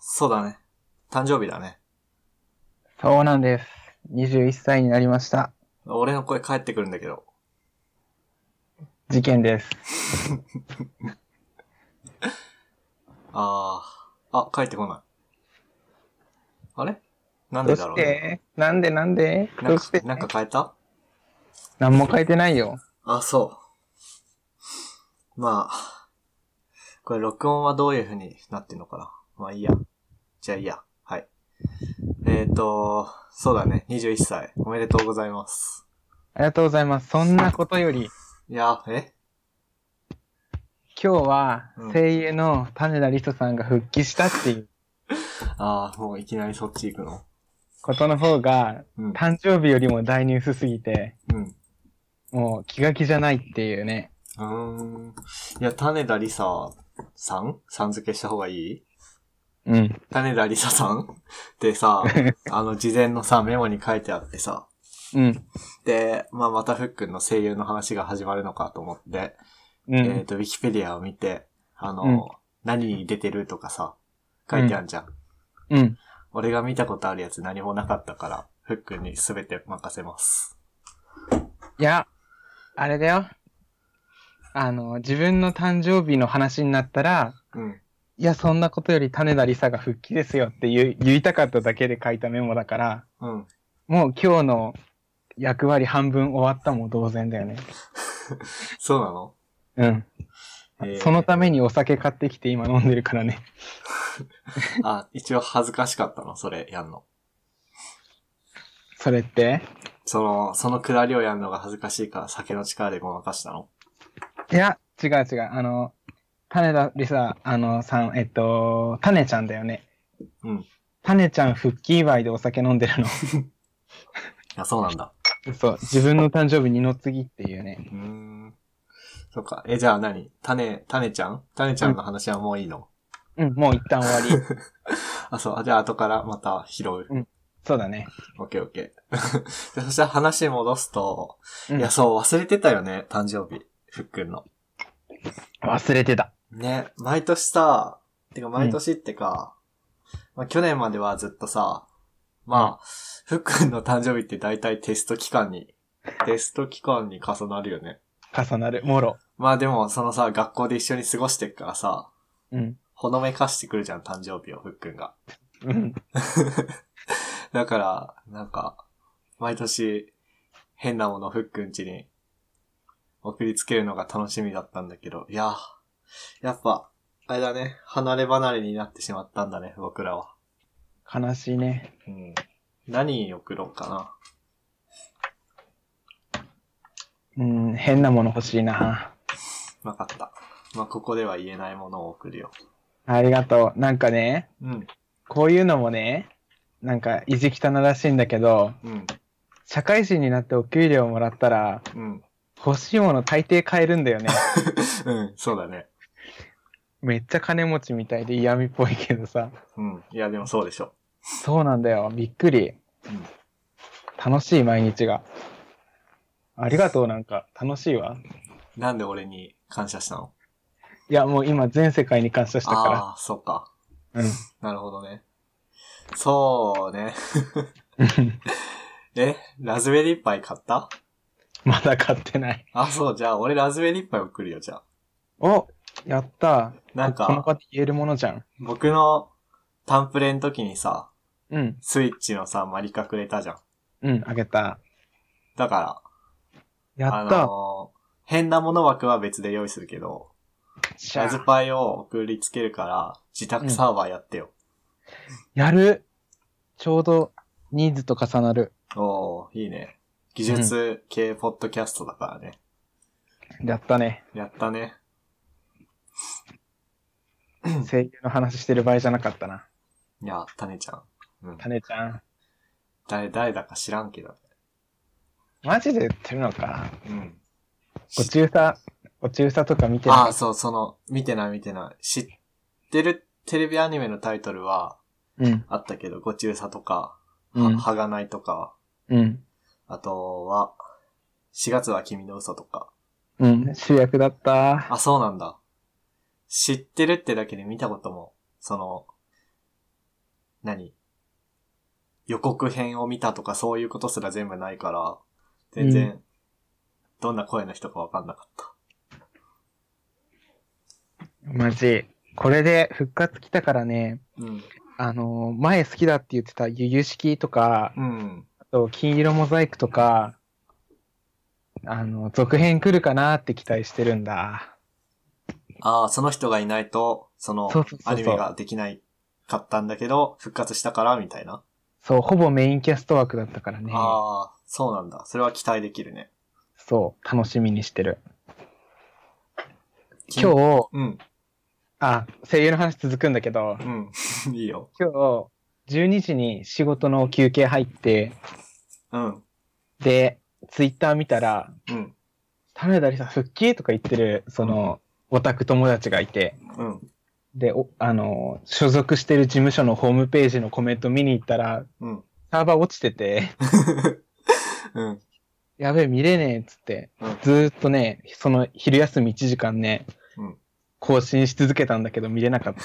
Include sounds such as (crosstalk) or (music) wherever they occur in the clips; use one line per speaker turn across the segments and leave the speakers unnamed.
そうだね。誕生日だね。
そうなんです。21歳になりました。
俺の声返ってくるんだけど。
事件です。
あー。あ、返ってこない。あれなんで
どう
だろ
し
うね。
てなんでなんで
な
ど
ん
うして
か、なんか変えた
何も変えてないよ。
あ、そう。まあ。これ録音はどういう風になってんのかな。まあいいや。じゃあいいや。はい。えっ、ー、と、そうだね。21歳。おめでとうございます。
ありがとうございます。そんなことより、
いや、え
今日は
うん
声優の種田理人さんが復帰したっていう
あー、もういきなりそっち行くの。
ことの方が、
うん。
誕生日よりも大ニュースすぎて、
うん。
もう気が気じゃないっていうね。
うーん。いや、種田理沙さんさん付けした方がいい
うん。
種田理沙さんってさ、
(laughs)
あの、事前のさ、メモに書いてあってさ、
うん。
で、まあ、またふっくんの声優の話が始まるのかと思って、
う
えっ、
ん。
と、ウィキペディアを見て、あの、
うん
何に出てるとかさ、書いてあるじゃん。
うん。
俺が見たことあるやつ何もなかったから、ふっくんに全て任せます。
いや、あれだよ。あの、自分の誕生日の話になったら、
うん。
いや、そんなことより種田理沙が復帰ですよって言う言いたかっただけで書いたメモだから、
うん。
もう今日の役割半分終わったも同然だよね。
そうなの、
うん。
えー
そのためにお酒買ってきて今飲んでるからね。
あ、一応恥ずかしかったの、それやんの。
それって
その、そのくだりをやるのが恥ずかしいから酒の力でごまかしたの。
いや、違う違う。あの、種田理沙、あの、さん、えっと、種ちゃんだよね。
うん。
種ちゃん復帰祝いでお酒飲んでる (laughs) の。
あ、そうなんだ。
そう、自分の誕生日二の次っていうね。
うーん。そっか。え、じゃあ何種、種ちゃん種ちゃんの話はもういいの、
うん、もう一旦終 (laughs) わり。
あ、そう。あじゃあ後からまた拾う。
そうだね。
オッケーオッケー。で (laughs) そしたら話戻すと、
うん
いや、そう、忘れてたよね。誕生日。ふっくんの。
忘れてた。
ね、毎年さ、てか毎年ってか、まあ去年まではずっとさ、まあ、ふっくんの誕生日って大体テスト期間に、テスト期間に重なるよね。
重なる、もろ。
まあでも、そのさ、学校で一緒に過ごしてっからさ、
うん。
ほのめかしてくるじゃん、誕生日を、ふっくんが。
うん。
だから、なんか、毎年、変なものをふっくんちに、送りつけるのが楽しみだったんだけど、いや、やっぱ、あれだね、離れ離れになってしまったんだね、僕らは。
悲しいね。
うん。何送ろうかな。
うん、変なもの欲しいな。
わかった。まあ、ここでは言えないものを送るよ。
ありがとう。なんかね、
うん、
こういうのもね、なんか意地汚らしいんだけど、
うん、
社会人になってお給料もらったら、
うん。
欲しいもの大抵買えるんだよね。 (laughs)
うん、そうだね。
めっちゃ金持ちみたいで嫌味っぽいけどさ。
うん。いや、でもそうでしょ。
そうなんだよ。びっくり。
うん
楽しい毎日が。ありがとう、なんか。楽しいわ。
なんで俺に感謝したの
いや、もう今全世界に感謝したか
ああー、そっか。
ら。うん。
なるほどね。そうね。え、ラズベリーパイ買った
(laughs) まだ買ってない。
あ、そう、じゃあ俺ラズベリーパイ送るよ、じゃあ。
おやった
なん
この (laughs)
か、
場で言えるものじゃん。
僕のタンプレの時にさ、
うん。
スイッチのさ、マリカくれたじゃん。
うん、あげた。
だか
やっ
ら、あ
た、
のー変なもの枠は別で用意するけど、
しゃ
ラズパイを送りつけるから、自宅サーバーやってよ。
やるちょうど、ニーズと重なる。
おー、いいね。技術系ポッドキャストだからね。
やったね。
やったね。
声優の話してる場合じゃなかったな。
いや、タネちゃん。うん。
種ちゃん。
誰、誰だか知らんけど。
マジで言ってるのか。
うん。
お中さ、お中さとか見て
あ
な
あ、そう、その、見てない見てない。知ってるテレビアニメのタイトルは
いう
あったけど、ごちうさとか、
う
は、
ん
はがないとか、
ん。うん。
あとは、4月は君の嘘とか。
うん。主役だった。
あ、そうなんだ。知ってるってだけで見たことも、その、何予告編を見たとかそういうことすら全部ないから、全
う
然、どんな声の人かわかんなかった。
マジ。これで復活来たからね、
うん。
あのー前好きだって言ってたゆゆ式とか、
うん。
あと金色モザイクとか、あの、続編来るかなって期待してるんだ。
ああ、その人がいないと、その
そうそうそう、そう
アニメができないかったんだけど、復活したから、みたいな。
そう、ほぼメインキャスト枠だったからね。
ああ、そうなんだ。それは期待できるね。
そう、楽しみにしてる。今日、
うん、
あ、声優の話続くんだけど、
うん。 (laughs) いいよ。
今日、12時に仕事の休憩入って、
うん、
で、ツイッター見たら、
うん、
田辺りさん復帰とか言ってる、その、オタク友達がいて、
うん、
で、おあの、所属してる事務所のホームページのコメント見に行ったら、
うん。
サーバー落ちてて、
うん、
やべえ、見れねえっつって、
うん
ずーっとね、その昼休み1時間ね、
うん。
更新し続けたんだけど見れなかった。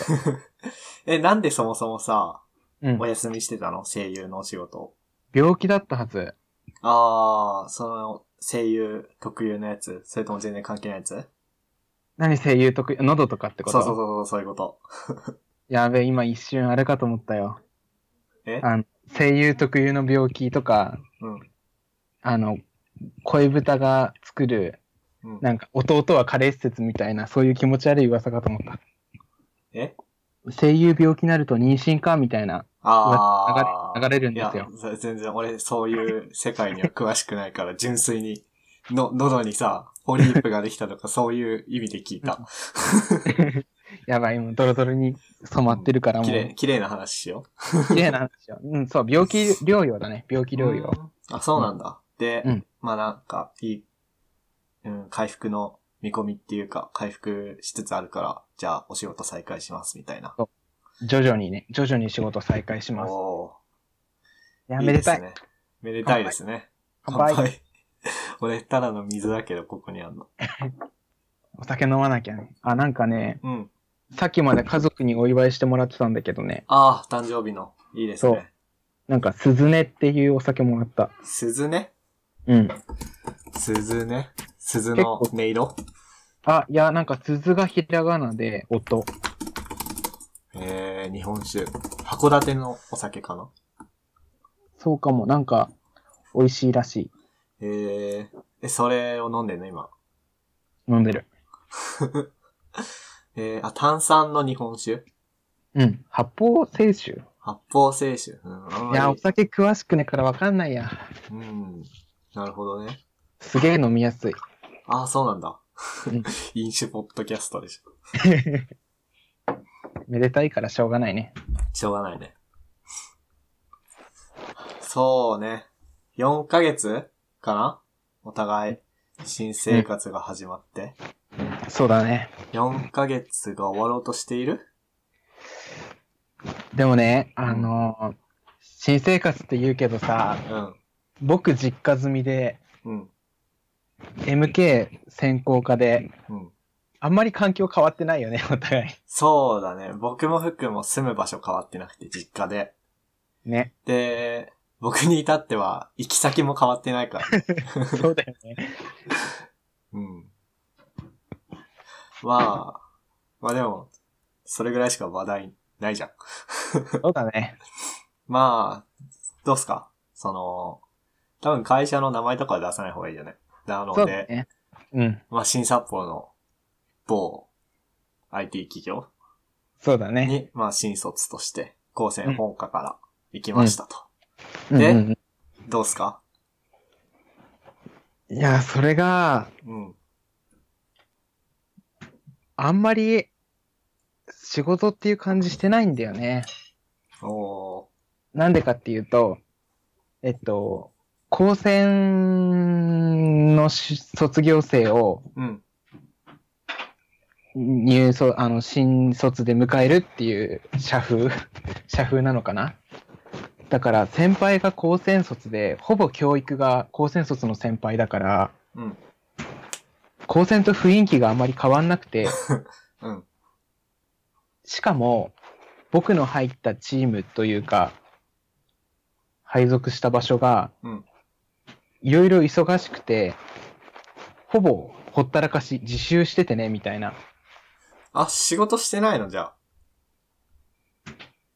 え、なんでそもそもさ、
うん
お。休みしてたの声優のお仕事。
病気だったはず。
ああ、その、声優特有のやつそれとも全然関係ないやつ
何声優得意、喉とかってこと
そうそうそうそう、そういうこと。
やべえ、今一瞬あれかと思ったよ。
え
あの、声優特有の病気とか、
うん、
あの、恋豚が作る、
うん。
なんか弟は加齢施設みたいな、そういう気持ち悪い噂かと思った。
え
声優病気になると妊娠かみたいな、
ああ。
流れ、流れるんですよ。
いや、全然俺そういう世界には詳しくないから、純粋に、の、喉にさ、ポリープができたとか、そういう意味で聞いた。
やばい、もうドロドロに染まってるから、もう、
綺麗、
綺
綺麗な話しよ
麗な話よ。 (laughs) うん、そう、病気療養だね。病気
う。
療養。
うんあ、そうなんだ。で、
うん
まあなんか、いい、うん、回復の見込みっていうか、回復しつつあるから、じゃあお仕事再開します、みたいな。
徐々にね、徐々に仕事再開します。
おー
いや、めでた
い
い。
ですね。めでたいですね。
乾杯。
(laughs) 俺、ただの水だけど、ここにあんの。
お酒飲まなきゃね。あ、なんかね、
うん。
さっきまで家族にお祝いしてもらってたんだけどね、
ああ、誕生日の。いいですね。
なんか、鈴音っていうお酒もらった。
鈴ね
うん。
鈴ね鈴の音色
あ、いや、なんか、鈴がひらがなで、音。
えー、日本酒。函館のお酒かな
そうかも、なんか、美味しいらしい。
えー、え、それを飲んでんの今。
飲んでる。
えー、あ、炭酸の日本酒
うん。発泡清酒
発泡清酒。うん、あん
いや、
ま
お
り。
酒詳しくねえからわかんないや。
うん。なるほどね。
すげえ飲みやすい。
あー、そうなんだ
うん。
(laughs) 飲酒ポッドキャストでしょ。
めでたいからしょうがないね。
しょうがないね。そうね。4ヶ月かなお互い、新生活が始まって。
そうだね。
4ヶ月が終わろうとしている
でもね、あのー新生活って言うけどさ、
うん。
僕実家住みで、
うん。
MK 専攻科で、
うん。
あんまり環境変わってないよね、お (laughs) 互い。
そうだね。僕も福も住む場所変わってなくて、実家で。
ね。
で、僕に至っては、行き先も変わってないから、ね。
そうだよね。
うん。まあ、まあでも、それぐらいしか話題ないじゃん。
そうだね。
まあ、どうすかその、多分会社の名前とかは出さない方がいいよね。なの
そうだ
で、
ね。うん。
まあ新札幌の某 IT 企業
そうだね。
に、まあ、新卒として、高専本科から行きましたと。
うん
で
うん
どうすか
うん、いや、それが、
うん。
あんまり仕事っていう感じしてないんだよね。
おー。
なんでかっていうと、えっと、高専のし卒業生を
うん。
入卒、あの、新卒で迎えるっていう社風、 (laughs) 社風なのかなだから先輩が高専卒で、ほぼ教育が高専卒の先輩だから、
うん。
高専と雰囲気があまり変わんなくて、
うん。
しかも、僕の入ったチームというか、配属した場所が
うん、
いろいろ忙しくて、ほぼほったらかし、自習しててね、みたいな。
あ、仕事してないのじゃあ。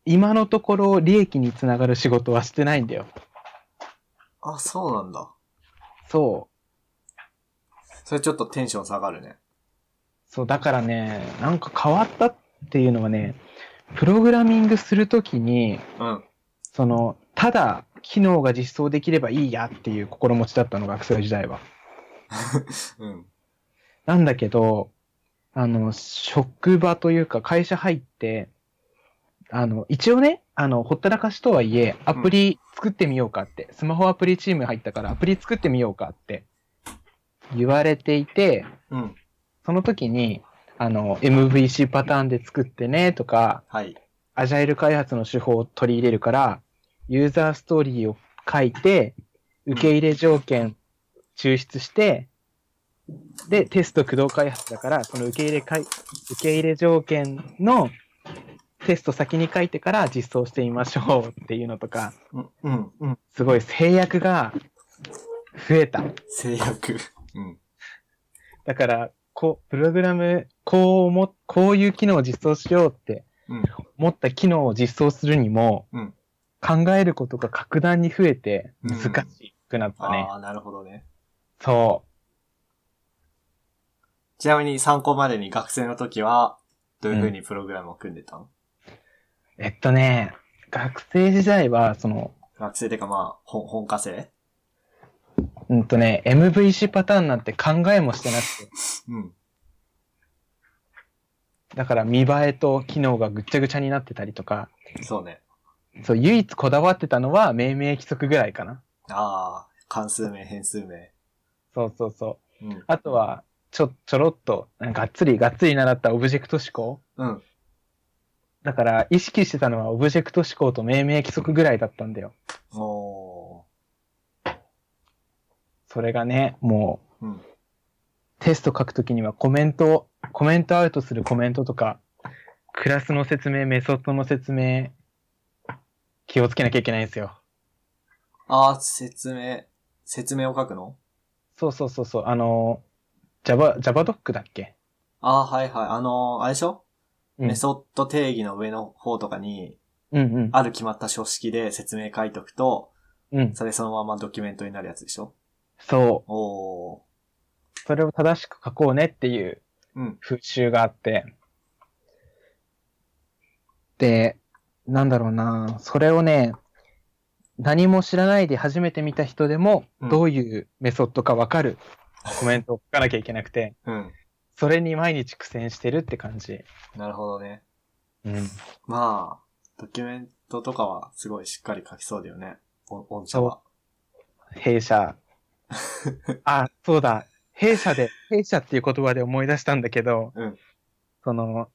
今のところ利益につながる仕事はしてないんだよ。
あ、そうなんだ。
そう。
それちょっとテンション下がるね。
そう、だからね、なんか変わったっていうのはね、プログラミングするときに、
うん。
その、ただ、機能が実装できればいいやっていう心持ちだったの、学生時代は。
うん。
なんだけど、あの、職場というか会社入って、あの、一応ね、あの、ほったらかしとはいえ、アプリ作ってみようかって、スマホアプリチーム入ったからアプリ作ってみようかって言われていて、
うん。
その時に、あの、MVC パターンで作ってねとか、
はい。
アジャイル開発の手法を取り入れるから、ユーザーストーリーを書いて、受け入れ条件抽出して、で、テスト駆動開発だから、その受け入れかい、受け入れ条件のテスト先に書いてから実装してみましょうっていうのとか、
うん。うん。うん。
すごい制約が増えた。
制約。うん。
だから、こう、プログラム、こうも、こういう機能を実装しようって
うん。
思った機能を実装するにも、
うん
考えることが格段に増えて
うん
難しくなったね。
ああ、なるほどね。
そ
ちなみに参考までに学生の時は、どういう風にプログラムを組んでたの、
う。えっとね、学生時代は、その、
学生ってかまあ、本、本科生
うんとね、MVC パターンなんて考えもしてなくて、
うん。
だから見栄えと機能がぐっちゃぐちゃになってたりとか、
そうね。
そう、唯一こだわってたのは命名規則ぐらいかな。
ああ、関数名、変数名。
そうそうそう。
うん。
あとは、ちょ、ちょろっと、がっつり、がっつり習ったオブジェクト思考。
うん。
だから、意識してたのはオブジェクト思考と命名規則ぐらいだったんだよ。
お
それがね、もう、
ー。うん。
テスト書くときにはコメントを、コメントアウトするコメントとか、クラスの説明、メソッドの説明、気をつけなきゃいけないんですよ。
ああ、説明、説明を書くの
そうそうそうそう、あの、Java、JavaDoc だっけ
ああ、はいはい。あのーあれでしょ、
うん
メソッド定義の上の方とかに、
うんうん。
ある決まった書式で説明書いとくと、
うん。
それそのままドキュメントになるやつでしょ
そう。
おー。
それを正しく書こうねっていう
うん。
風習があって。で、なんだろうな、それをね、何も知らないで初めて見た人でも、
うん
どういうメソッドかわかるコメントを書かなきゃいけなくて、
うん。
それに毎日苦戦してるって感じ。
なるほどね。
うん。
まあ、ドキュメントとかはすごいしっかり書きそうだよね。お御社は。
弊 (laughs) 社。あ、そうだ。弊社で、弊社っていう言葉で思い出したんだけど、
うん
その、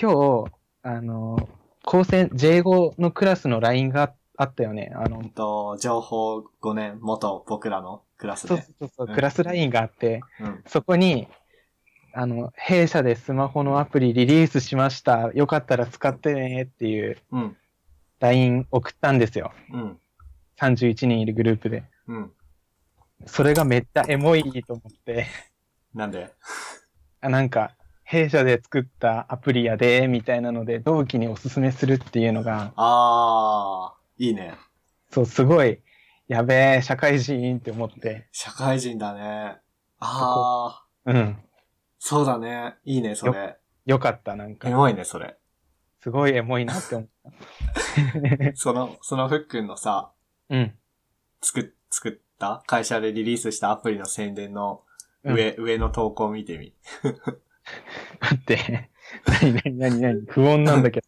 今日、あの、高専 J5 のクラスの LINE があったよね。あの
えっ、と、情報5年、元僕らのクラス
そう
で。
そうそう、
うん
クラスラインがあって、
うん。
そこに、あの、弊社でスマホのアプリリリースしました。よかったら使ってねっていう
うん。
LINE 送ったんですよ。
うん。
31人いるグループで。
うん。
それがめっちゃエモいと思って、
なんで
あなんか、弊社で作ったアプリやで、みたいなので、同期におすすめするっていうのが、
あー、いいね。
そう、すごい、やべえ、社会人って思って、
社会人だね。あー、
うん、
そうだね。いいね、それ。
よかった、なん
エ
か、
モいね、それ。
すごいエモいなって思った。
その、そのふっくんのさ、
うん。
作、作った会社でリリースしたアプリの宣伝の上、上の投稿を見てみ。
待って、 (laughs) 何何何何不穏なんだけ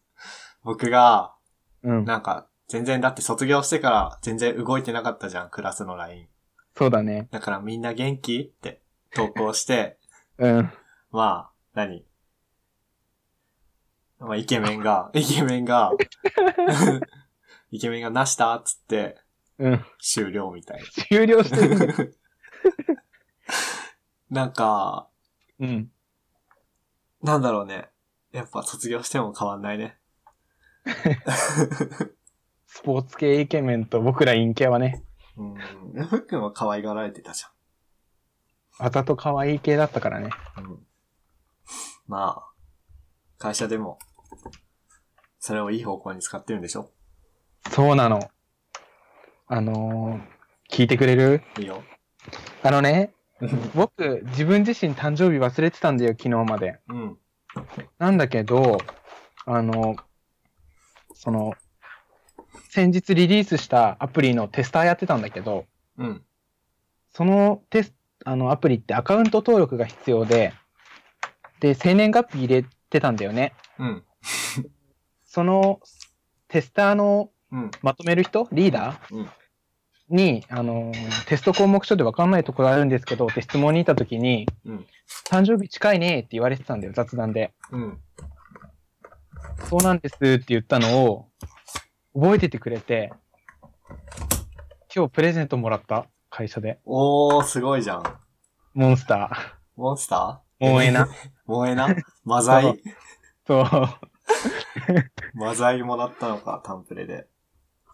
僕が、
ど。うん。
なんか、全然だって卒業してから全然動いてなかったじゃん、クラスの LINE。
そうだね。
だからみんな元気って投稿して、
うん。
まあ、何まあ、イケメンが、イケメンが、イケメンがなしたっつって
うん。
終了みたい
終了 (laughs) してる。
な。なんか、
うん。
なんだろうね。やっぱ卒業しても変わんないね。
スポーツ系イケメンと僕ら陰キャはね、
うん。ふっくんは可愛がられてたじ
あざと可愛い系だったからね。
ゃん。うん。まあ、会社でも、それをいい方向に使ってるんでしょ
そうなの。あのー、聞いてくれる
い (laughs) いよ。
あのね、僕、自分自身誕生日忘れてたんだよ、昨日まで。
うん。
なんだけど、あの、その、先日リリースしたアプリのテスターやってたんだけど、
うん。
そのテス、あのアプリってアカウント登録が必要で、で、生年月日入れてたんだよね。
うん。
そのテスターの
うん。
まとめる人リーダー、
うん
に、あの、テスト項目書で分かんないところあるんですけどって質問にいたときに、
うん
誕生日近いねって言われてたんだよ、雑談で。
うん。
そうなんですって言ったのを、覚えててくれて、今日プレゼントもらった、会社で。
おー、すごいじゃん。
モンスタ
モンスタ (laughs)
ー。萌えな。
ー萌えなマザ
そ
イ (laughs)
う (laughs) そう。
マザイもらったのか、タンプレで。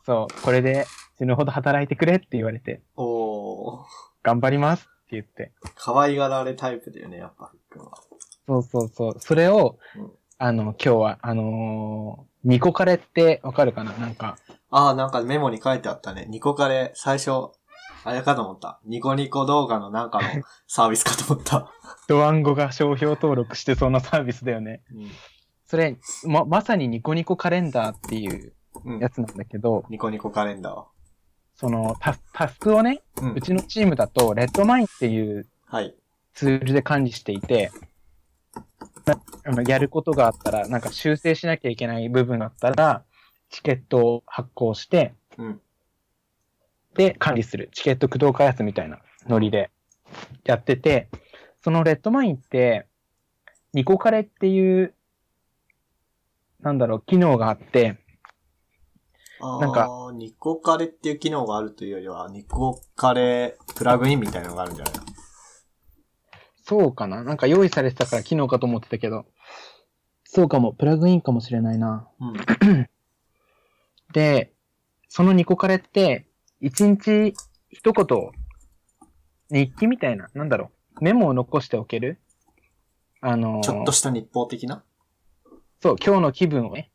そう。これで死ぬほど働いてくれって言われて、
おー。
頑張りますって言って。
可愛がられタイプだよね、やっぱ、ふっくんは。
そうそうそう。それを
うん、
あの、今日は、あのーニコカレってわかるかななんか、
ああ、なんかメモに書いてあったね。ニコカレ、最初、あれかと思った。ニコニコ動画のなんか
(laughs)
のサービスかと思った。
ドワンゴが商標登録してそうなサービスだよね。
う。
それ、ま、まさにニコニコカレンダーっていうん
うん
や、つなんだけど、
ニコニコカレンダ
そのタス、タスクをね、
ー。うん
う。ちのチームだと、レッドマインっていう
はい。
ツールで管理していて、なあのやることがあったら、なんか修正しなきゃいけない部分があったら、チケットを発行して、
うん。
で、管理する。チケット駆動開発みたいなノリでやってて、そのレッドマインって、ニコカレっていう、なんだろう、機能があって、
あ
なんか
あ、ニコカレっていう機能があるというよりは、ニコカレプラグインみたいなのがあるんじゃない
そうかななんか用意されてたから機能かと思ってたけど、そうかも、プラグインかもしれないな。
うん。
で、そのニコカレって、一日一言、日記みたいな、なんだろう、メモを残しておけるあのー
ちょっとした日報的な
そう、今日の気分をね。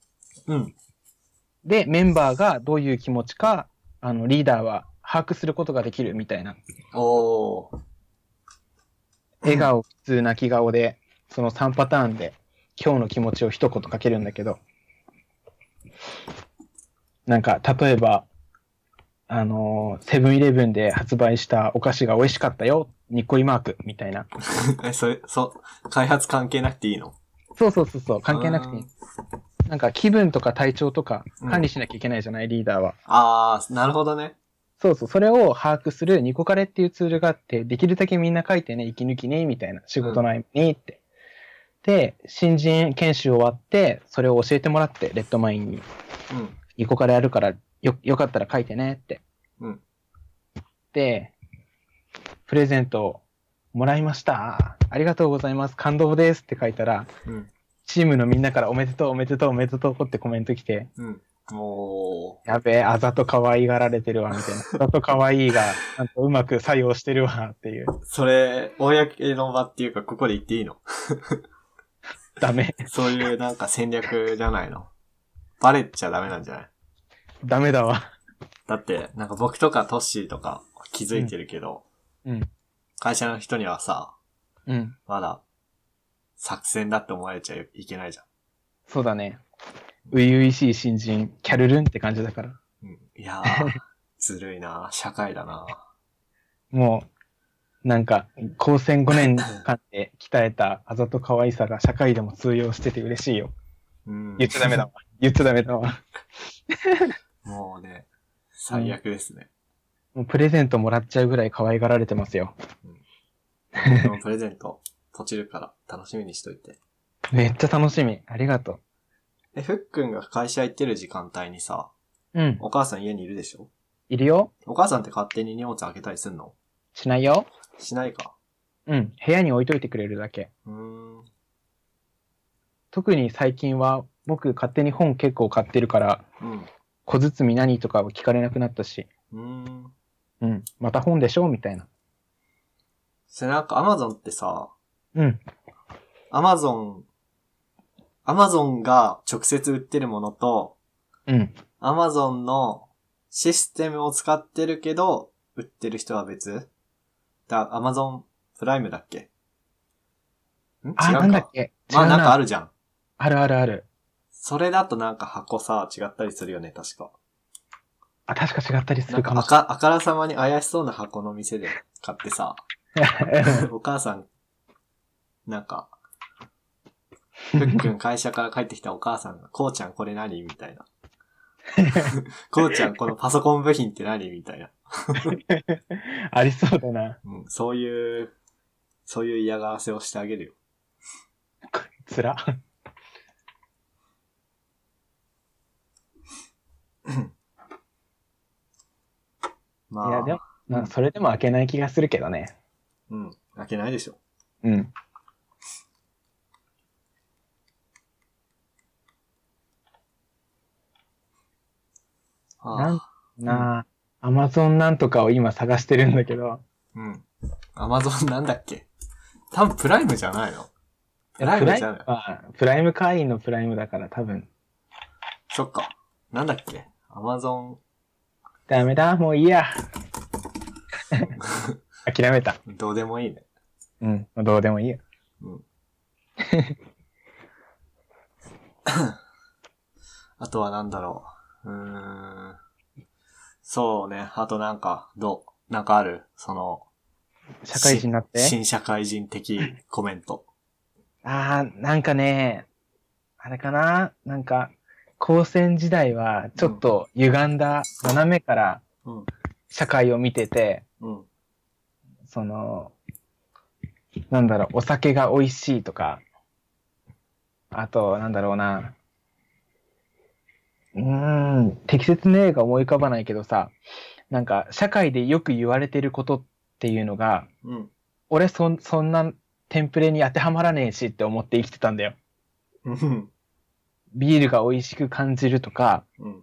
うん。
で、メンバーがどういう気持ちか、あの、リーダーは把握することができるみたいな。
おー。 (laughs)
笑顔、普通、泣き顔で、その3パターンで、今日の気持ちを一言かけるんだけど、なんか、例えば、あのーセブンイレブンで発売したお菓子が美味しかったよ、ニコイマーク、みたいな。
え、それ、そう、開発関係なくていいの
そうそうそうそう、関係なくていい
うん。
なんか、気分とか体調とか
うん
管理しなきゃいけないじゃない、リーダーは。
ああ、なるほどね。
そうそう、それを把握するニコカレっていうツールがあって、できるだけみんな書いてね、息抜きね、みたいな、仕事の合間にって。で、新人研修終わって、それを教えてもらって、レッドマインに、
うん。
ニコカレやるから、よ、よかったら書いてねって。
うん。
で、プレゼントもらいました。ありがとうございます。感動ですって書いたら、
うん。
チームのみんなからおめでとう、おめでとう、おめでとうってコメント来て、
うん。おー。
やべえ、あざと可愛がられてるわ、みた (laughs) いな。あざと可愛いが、なんかうまく作用してるわ、っていう。
それ、公の場っていうか、ここで言っていいの
ダメ、 (laughs)
そういうなんか戦略じゃないのバレちゃダメなんじゃない
ダメだわ。
だって、なんか僕とかトッシーとか気づいてるけど、
うん。
会社の人にはさ、
うん。
まだ、作戦だって思われちゃいけないじゃ
そうだね。初々しい新人、キャルルンって感じだから。
ん。うん。いや
(laughs)
ー、ずるいな社会だな
もう、なんか、高専5年間で鍛えたあざと可愛さが社会でも通用してて嬉しいよ。
うん。
言っちゃダメだわ。言っちゃダメだわ。
もうね、最悪ですね。
もうプレゼントもらっちゃうぐらい可愛がられてますよ。
このプレゼント、途中から楽しみにしといて。
めっちゃ楽しみ。ありがと
え、ふっくんが会社行ってる時間帯にさ、
う。うん。
お母さん家にいるでしょ
いるよ
お母さんって勝手に荷物開けたりすんの
しないよ
しないか。
うん。部屋に置いといてくれるだけ。
うーん。
特に最近は僕勝手に本結構買ってるから、
うん。
小包何とかは聞かれなくなったし、
うーん。
うん、また本でしょみたいな。
それなんか Amazon ってさ、
うん、
Amazon、Amazon が直接売ってるものと、
うん。
Amazon のシステムを使ってるけど、売ってる人は別だ、Amazon プライムだっけん違う
あ、
か
なんだっけ違う
まあなんかあ
る。
るじゃん。
あるあるある。
それだとなんか箱さ、違ったりするよね、確か。
あ、確か違ったりす
なん
るか
か
も
あ
しれ
か、あからさまに怪しそうな箱の店で買ってさ、
ない。
お母さん、なんか、ふっくん会社から帰ってきたお母さんが、こうちゃんこれ何みたいな。こうちゃんこのパソコン部品って何みたいな。
(laughs) ありそうだな。
うん、そういう、そういう嫌がらせをしてあげるよ。
つら。
まあ、
いや、でも、まあ、それでも開けない気がするけどね。
うん、開けないでしょ。
うん。なん
ああ、
なあ、アマゾンなんとかを今探してるんだけど、
うん。アマゾンなんだっけ多分プライムじゃないのプライ
プ
ム
ライ
じゃ
ム
ない。
は、プライム会員のプライムだから多分、
そっか。なんだっけアマゾン
ダメだ、もうい (laughs) いや。諦めた。
どうでもいいね。
うん、もうどうでもいいよ。
うん。あとはなんだろう。うーん。そうね。あとなんか、どうなんかあるその、
社会人になって
新新社会人的コメント。
ああ、なんかね、あれかななんか、高専時代は、ちょっと歪んだ、斜めから
うん。
社会を見てて、
うん。
その、なんだろう、お酒が美味しいとか、あと、なんだろうな、うーん、適切な例が思い浮かばないけどさ、なんか、社会でよく言われてることっていうのが、
うん。
俺そん、そんなテンプレに当てはまらねえしって思って生きてたんだよ。
うん。
ビールが美味しく感じるとか、
うん。うん。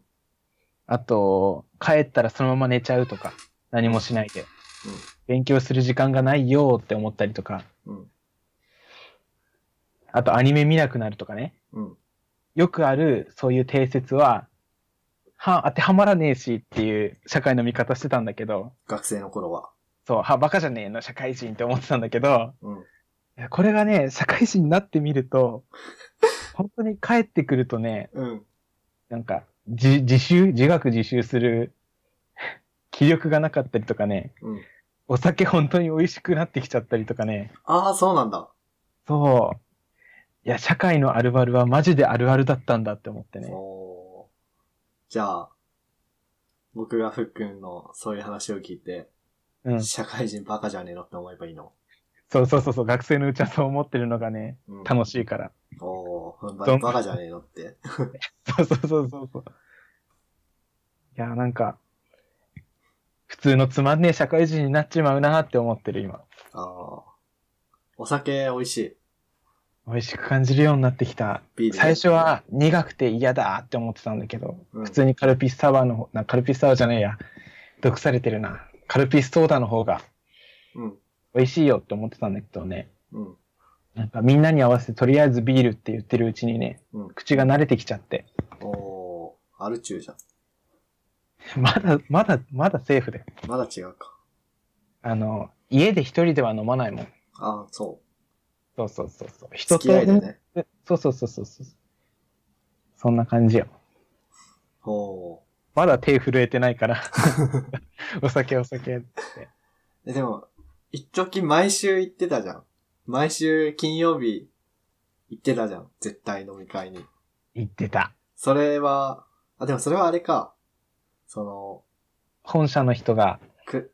あと、帰ったらそのまま寝ちゃうとか、何もしないで。勉強する時間がないよって思ったりとか、
うん。
あとアニメ見なくなるとかね。
うん。
よくある、そういう定説は、は、当てはまらねえしっていう社会の見方してたんだけど、
学生の頃は。
そう、は、バカじゃねえの、社会人って思ってたんだけど、
うん。
いやこれがね、社会人になってみ
(laughs)
ると、本当に帰ってくるとね、
うん。
なんか、自、自習、自学自習する (laughs) 気力がなかったりとかね、
うん。
お酒本当に美味しくなってきちゃったりとかね、
ああ、そうなんだ。
そう。いや、社会のあるあるはマジであるあるだったんだって思ってね。
おーじゃあ、僕がふっくんのそういう話を聞いて、
うん。
社会人バカじゃねえのって思えばいいの。
そうそうそうそう、学生のうちはそう思ってるのがね、
うん、
楽しいから。
おー、
ど
バ
ん
バカじゃねえのって。
そうそうそうそうそう。いや、なんか、普通のつまんねえ社会人になっちまうなって思ってる今。
あーお酒美味しい。
美味しく感じるようになってきた。
ビールね
最初、は苦くて嫌だって思ってたんだけど、
うん
普通にカルピスサワーの方、な、カルピスサワーじゃねえや。毒されてるな。カルピスソーダの方が
うん、
美味しいよって思ってたんだけどね。
うん、
なんかみんなに合わせてとりあえずビールって言ってるうちにね、
うん。
口が慣れてきちゃって。
おー、アルチューじゃん。
まだ、まだ、まだセーフで。
まだ違うか。
あの、家で一人では飲まないもん。
あーそ
そうそうそうそう。
う。
人
付
と、
き合いでね。
そうそうそうそうそう。そんな感じよ。
おー。
まだ手震えてない
(laughs)
から。お酒お酒。
え、でも、一時毎週行ってたじゃん。毎週金曜日行ってたじゃん。絶対飲み会に。
言ってた。
それは、あ、でもそれはあれか。その、
本社の人が、
く、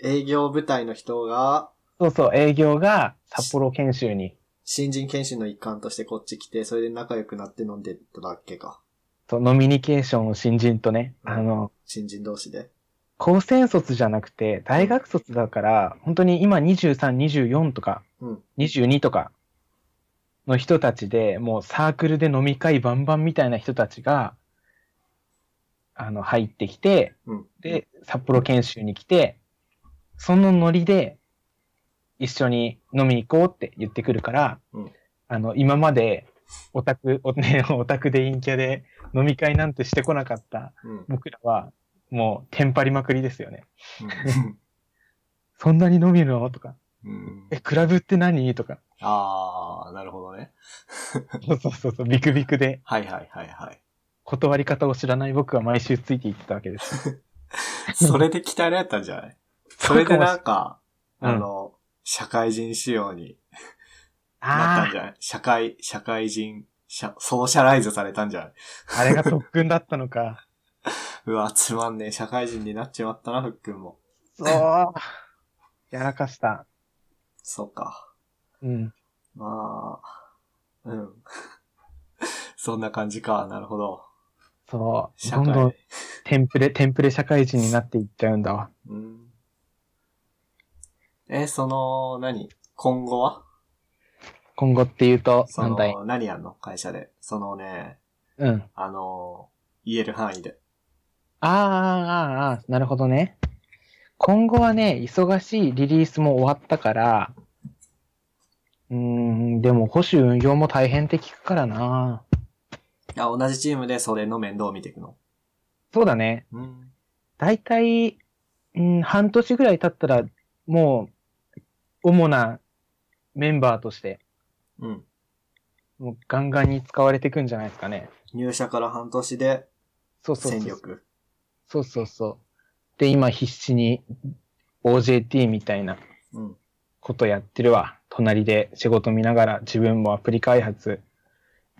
営業部隊の人が、
そうそう、営業が札幌研修に、
新人研修の一環としてこっち来て、それで仲良くなって飲んでただけか。
とノミニケーションを新人とね、
うん
あの、
新人同士で。
高専卒じゃなくて、大学卒だから、本当に今23、24とか、
うん。
22とか、の人たちで、もうサークルで飲み会バンバンみたいな人たちが、あの、入ってきて、
うん。
で、札幌研修に来て、そのノリで、一緒に飲みに行こうって言ってくるから、
うん
あの、今まで、オタク、おね、 (laughs) オタクで陰キャで飲み会なんてしてこなかった
うん。うん。
僕らは、もう、テンパりまくりですよね。
うん
そんなに飲みるのとか、 (laughs)
うん。
え、クラブって何とか、
あー、なるほどね。
そうそうそうそう、ビクビクで、
はいはいはい
(laughs)
はい。
断り方を知らない僕は毎週ついていってたわけです。
(laughs) それで鍛えられたんじゃないそれでなんか、
そうかもしれん
あの、社会人仕様になったん
あ
じゃない社会、社会人、社ソーシャライズされたんじゃない
あ、あれが特訓だったのか。
うわ、つまんねえ、社会人になっちまったな、ふっくんも。
そう。やらかした。
そうか。
うん。
まあ、うん。 (laughs) そんな感じか。なるほど。
そう。
社
どんどん
会。
テンプレ、テンプレ社会人になっていっちゃうんだわ。
うん、え、その、何今後は
今後っていうと、
そ
なんだい
の、何やんの会社で。そのね、
うん。
あの、言える範囲で。
あーあー、あーあー、なるほどね。今後はね、忙しいリリースも終わったから、うーん、でも保守運用も大変って聞くからな。
あ、同じチームでそれの面倒を見ていくの。
そうだね。
うん。
大体、うん、半年ぐらい経ったら、もう、主なメンバーとして、
うん。
もうガンガンに使われていくんじゃないですかね。
入社から半年で
そうそうそう。
戦力。
そうそうそう。で、今必死に OJT みたいな
うん。
ことやってるわ。隣で仕事見ながら自分もアプリ開発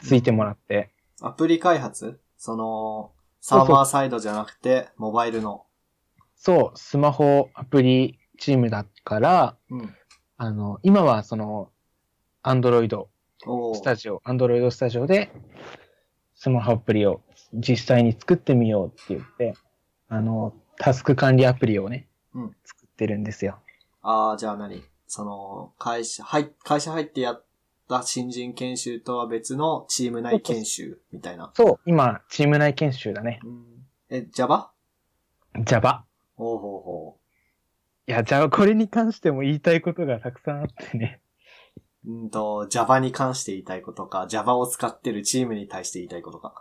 ついてもらって。
アプリ開発その、サーバーサイドじゃなくて、モバイルの。
そう、スマホアプリチームだから、
うん。
あの、今はその、アンドロイド
おー
スタジオ、アンドロイドスタジオで、スマホアプリを実際に作ってみようって言って、あの、タスク管理アプリをね、
うん
作ってるんですよ。
ああ、じゃあ何その、会社、はい、会社入ってやった新人研修とは別のチーム内研修みたいな。
そう、今、チーム内研修だね。
うん、え、Java?
Java。
ほうほうほ
いや、Java、これに関しても言いたいことがたくさんあってね。
う。うんと、Java に関して言いたいことか、Java を使ってるチームに対して言いたいことか。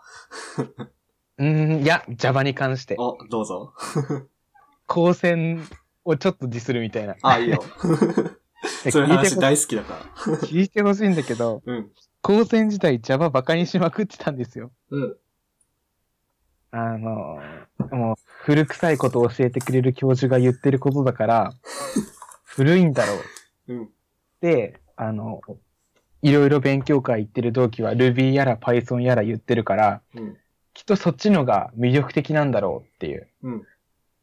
うーん、いや、Java に関して、
お、どうぞ。
光線をちょっとディスるみたいな。
あ、いい (laughs) よ。そういう
聞いて
話
ほ
大好きだか
聞いてほしいんだけど、
ら。うん。
光線自体 Java バカにしまくってたんですよ。
うん。
あの、もう古臭いことを教えてくれる教授が言ってることだ
(laughs)
から、古いんだろうっ
うん。
て、あの、いろいろ勉強会行ってる同期は Ruby やら Python やら言ってるから、
うん。
きっとそっちのが魅力的なんだろうっていう。
うん。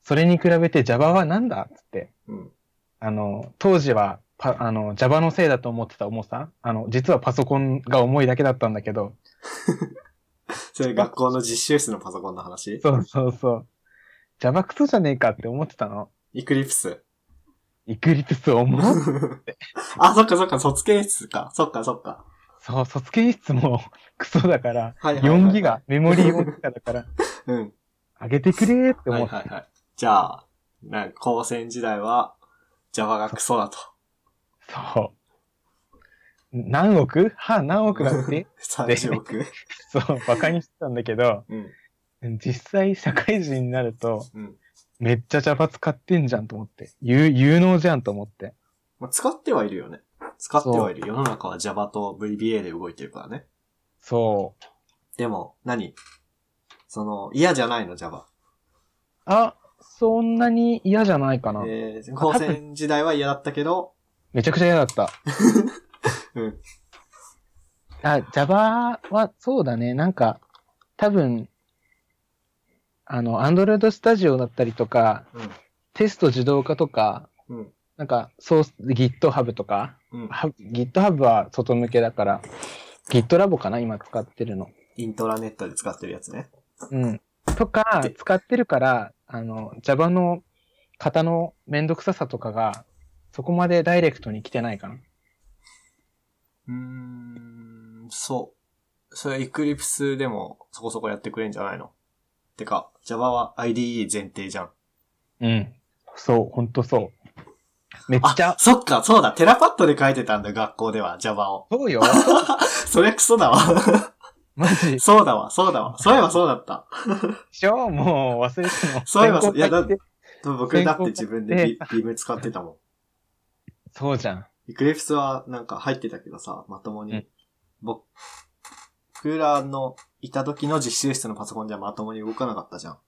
それに比べて Java はなんだっつって。
うん。
あの、当時はパあの Java のせいだと思ってた重さ。あの、実はパソコンが重いだけだったんだけど、
(laughs) それ学校の実習室のパソコンの話
そうそうそう。Java クソじゃねえかって思ってたの。
イクリプス。
イクリプス重っ
(laughs) あ、そっかそっか、卒検室か。そっかそっか。
そう、卒検室も (laughs) クソだから、
はいはい、はい。
4ギガ、メモリー4ギガだから、
うん。
上げてくれーって
は
思
い
って、
はいはい。じゃあ、なんか高専時代は Java がクソだと。
そう。何億は何億だ
(laughs)
って
30億。
そう、バカにしてたんだけど、
うん。
実際社会人になると、
うん。
めっちゃ Java 使ってんじゃんと思って、有有能じゃんと思って。
まあ、使ってはいるよね。使ってはいる。世の中は Java と VBA で動いてるからね。
そう。
でも、何その、嫌じゃないの Java。
あ、そんなに嫌じゃないかな。
えー、高専時代は嫌だったけど、
めちゃくちゃ嫌だった。
(laughs) うん。
あ、Java は、そうだね。なんか、多分、あの、Android Studio だったりとか、
うん。
テスト自動化とか、
うん。
なんか、そう、GitHub とか、
うん。
は GitHub は外向けだから、GitLab かな今使ってるの。
イントラネットで使ってるやつね。
うん。とか
で、
使ってるから、あの、Java の型のめんどくささとかが、そこまでダイレクトに来てないかな。
うーん。そう。それ Eclipse でもそこそこやってくれんじゃないのてか、Java は IDE 前提じゃん。
うん。そう、ほんとそう。めっ
あ
ちゃ、、
そっか、そうだ、テラパッドで書いてたんだ、学校では、Java を。
そう (laughs) よ。
それクソだわ。
マジ。で
そうだわ、そうだわ。そういえばそうだった。
しょもう忘れてたの。
そういえば
先行
いやだ
書て
僕だって自分でビビーム使ってたも
そうじゃん。
ん。Eclipse はなんか入ってたけどさ、まともに。
うん
僕らのいた時の実習室のパソコンじゃまともに動かなかったじゃん。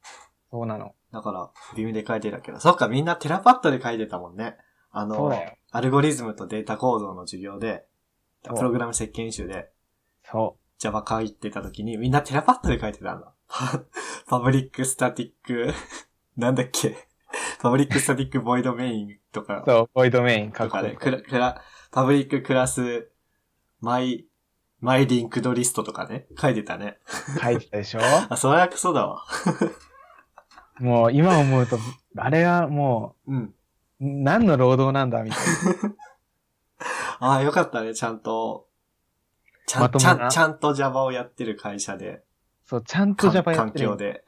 そうなの。
だから、ビームで書いてたけど。そっか、みんなテラパッドで書いてたもんね。あ
そう
の、
だよ。
アルゴリズムとデータ構造の授業で、
そう
プログラム設計演習で、
そ
Java 書いてた時にみんなテラパッドで書いてたんだ。 (laughs) パパブリックスタティック、なんだっけ。パブリックスタティックボイドメインとか
う。、そう、ボイドメイン
と
確
か
保
で、クラ、クラ、パブリッククラス、マイ、マイリンクドリストとかね、書いてたね。
書いてたでしょ
あ、そりゃクソだわ。
もう今思うと、あれはも
うん。
う、何の労働なんだみたい
ああ、よかったね、ちゃんと。ちゃ
ま
ん、
とも
ち
な
ゃん、ちゃんと Java をやってる会社で、
な。そう、ちゃんと
かん
Java や
環
ってる。
境で。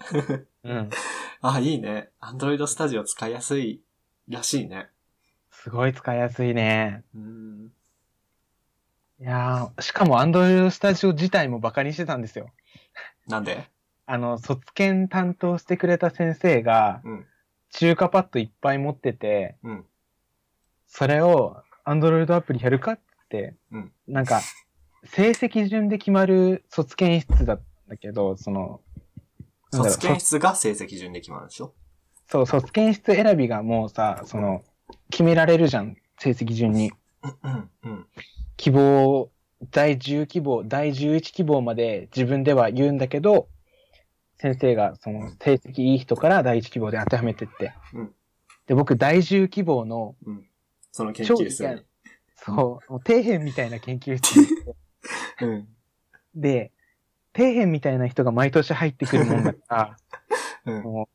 うん。
ああ、いいね。Android Studio 使いやすいらしいね。
すごい使いやすいね。
うん。
いやー、しかも Android Studio 自体もバカにしてたんですよ。
なんで
あの、卒検担当してくれた先生が
うん、
中華パッドいっぱい持ってて、
うん。
それを Android アプリやるかって、
うん
なんか、成績順で決まる卒検室だったけど、その、なんだろう
卒検室が成績順で決まるでしょ
そう、卒検室選びがもうさ、その、決められるじゃん、成績順に。
うん。うん。
希望、第10希望、第11希望まで自分では言うんだけど、先生がその成績いい人から第1希望で当てはめてって。
うん
で、僕、第10希望の、
その研究室
超い
に。
そう、もう底辺みたいな研究
(laughs)
室に行って
うん。
で、底辺みたいな人が毎年入ってくるもんだから、
うん。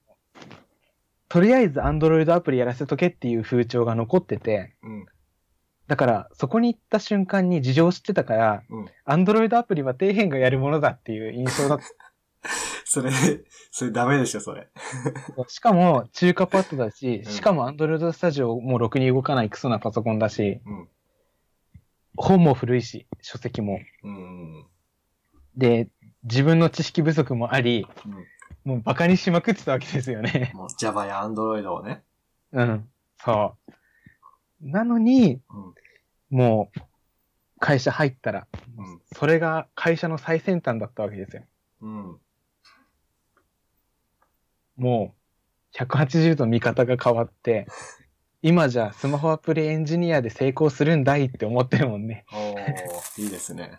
とりあえず Android アプリやらせとけっていう風潮が残ってて、
うん。
だから、そこに行った瞬間に事情を知ってたから、
うん
Android アプリは底辺がやるものだっていう印象だった。
それ、それダメでしょ、それ。 (laughs)
しかも、中華パッドだし、
うん
しかも Android スタジオもろくに動かないクソなパソコンだし、
うん。
本も古いし、書籍も。
うん。
で、自分の知識不足もあり、
うん
もうバカにしまくってたわけですよね。
もう Java や Android をね。
うん。そう。なのに、
うん。
もう、会社入ったら、
うん
それが会社の最先端だったわけですよ。
うん。
もう、180度見方が変わって、今じゃスマホアプリエンジニアで成功するんだいって思ってるもんね。
おー、いいですね。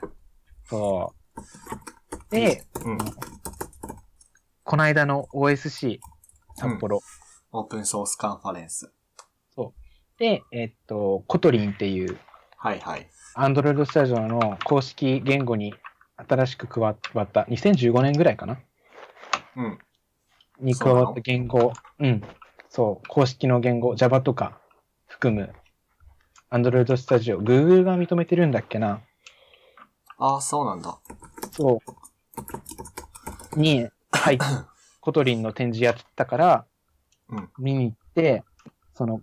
そう。で、
うん。
この間の OSC 札幌、
オープンソースカンファレンス。
で、えっと、コトリンっていう
はいはい。
Android Studio の公式言語に新しく加わった、2015年ぐらいかな
うん。
に
そう
加
なの
わった言語、うん。そう、公式の言語、Java とか含む Android Studio、Google が認めてるんだっけな
ああ、そうなんだ。
そう。に、
(laughs)
はい。コトリンの展示やってたから、
うん
見に行って、その、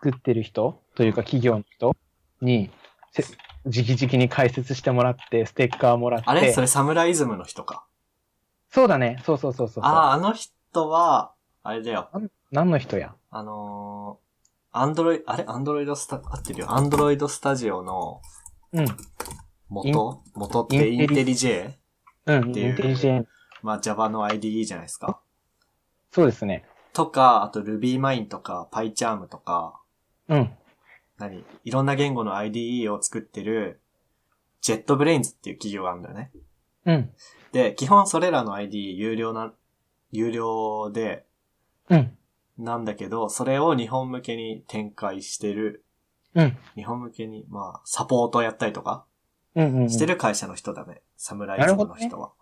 作ってる人というか企業の人に、せ直々に解説してもらって、ステッカーもらって。
あれそれサムライズムの人か。
そうだね。そうそうそうそうそう。
ああ、あの人は、あれだよ。
何の人や
あのー、アンドロイ、あれアンドロイドスタ、合ってるよ。アンドロイドスタジオの
うん。
元元ってイ
イ
ン
ン
テ
テ
リ J?
うん。
て
イ
いう
ンテリジェン。
まあ Java の IDE じゃないですか。
そうですね。
とか、あと RubyMine とか PyCharm とか、
うん。
何いろんな言語の IDE を作ってる、ジェットブレインズっていう企業があるんだよね。
うん。
で、基本それらの IDE 有料な、有料で、
うん。
なんだけど、それを日本向けに展開してる、
うん。
日本向けに、まあ、サポートをやったりとか、
うん。うん。
してる会社の人だね。サムライズムの人は。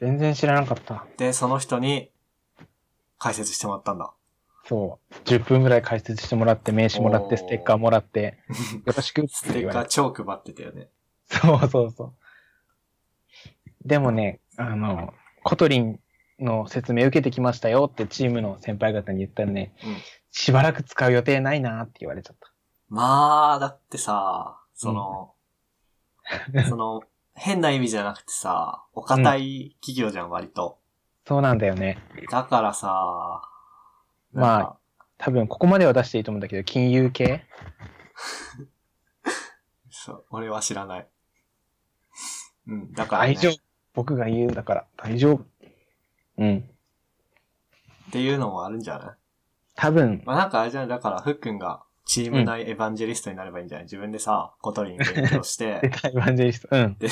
全然知らなかった。
で、その人に、解説してもらったんだ。
そう。10分ぐらい解説してもらって、名刺もらっ
おー (laughs)
て、ステッカーもらって、よろしくっ
ス
て
テ
言
ッ
わ
カ
れ
ー
て。
超配ってたよね。
そうそうそう。でもね、あの、コトリンの説明受けてきましたよってチームの先輩方に言ったらね、
うん
しばらく使う予定ないなって言われちゃった。
まあ、だってさ、その、その、変な意味じゃなくてさ、お堅い企業じゃん、割と。
そうなんだよね。
だからさ、
ま
な
あ
んか
多分ここまでは出していいと思うんだけど、金融系
そう、俺は知らない。うん、だから、ね、
大丈夫。僕が言うんだから大丈夫。うん。
っていうのもあるんじゃない
多分、
まあなんかあれじゃないだから、ふっくんがチーム内エヴァンジェリストになればいいんじゃない、自分でさ、コトリン勉強して
(laughs) 出、たエヴァンジェリスト。うん。
で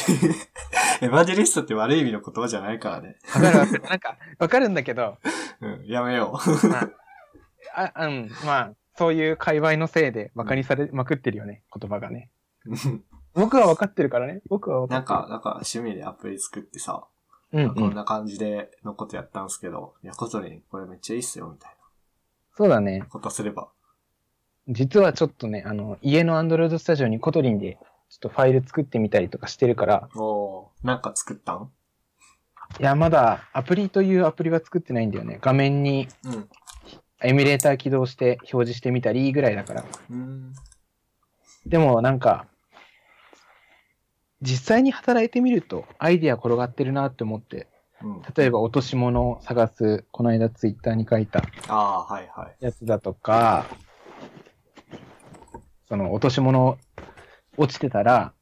エヴァンジェリストって悪い意味の言葉じゃないからね。
わかるわかる。なんか、わかるんだけど、
うん、やめよ
あ、うん、まあ、そういう界隈のせいで馬鹿にされまくってるよね、言葉がね。
う。 (laughs)
僕は分かってるからね。僕は分か
なん
ってる。
か、なんか趣味でアプリ作ってさ、
うん
こ
うん
んな感じでのことやったんすけど、いや、コトリン、これめっちゃいいっすよ、みたい
そうだね
な。ことすれば。
実はちょっとね、あの、家の Android スタジオにコトリンで、ちょっとファイル作ってみたりとかしてるから、
おー、なんか作ったん
いや、まだアプリというアプリは作ってないんだよね。画面に
うん。
エミュレーター起動して表示してみたりぐらいだから。
うん。
でもなんか、実際に働いてみるとアイディア転がってるなって思って、
うん。
例えば落とし物を探す、この間ツイッターに書いた
あー、はいはい。
やつだとか、その落とし物落ちてたら、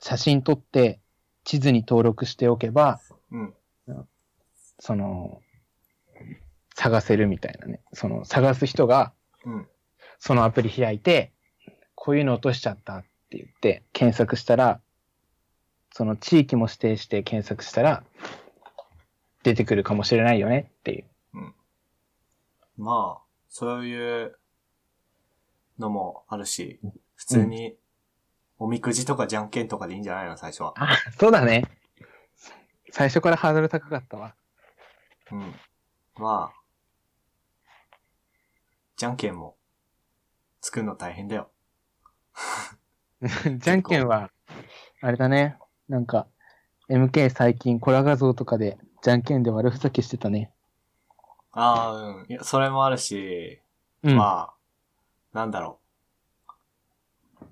写真撮って地図に登録しておけば、
うん。
その、探せるみたいなね。その探す人が
うん。
そのアプリ開いて、こういうの落としちゃったって言って検索したら、その地域も指定して検索したら、出てくるかもしれないよねっていう。
まあ、そういうのもあるし、普通に、おみくじとかじゃんけんとかでいいんじゃないの、最初は。
あ、そうだね。最初からハードル高かったわ。
うん。まあ、じゃんけんも、作るの大変だよ。
(laughs)
(laughs)
じゃんけんは、あれだね。なんか、MK 最近コラ画像とかで、じゃんけんで悪ふざけしてたね。
ああ、うん。いや、それもあるし、
うん。
まあ、なんだろう。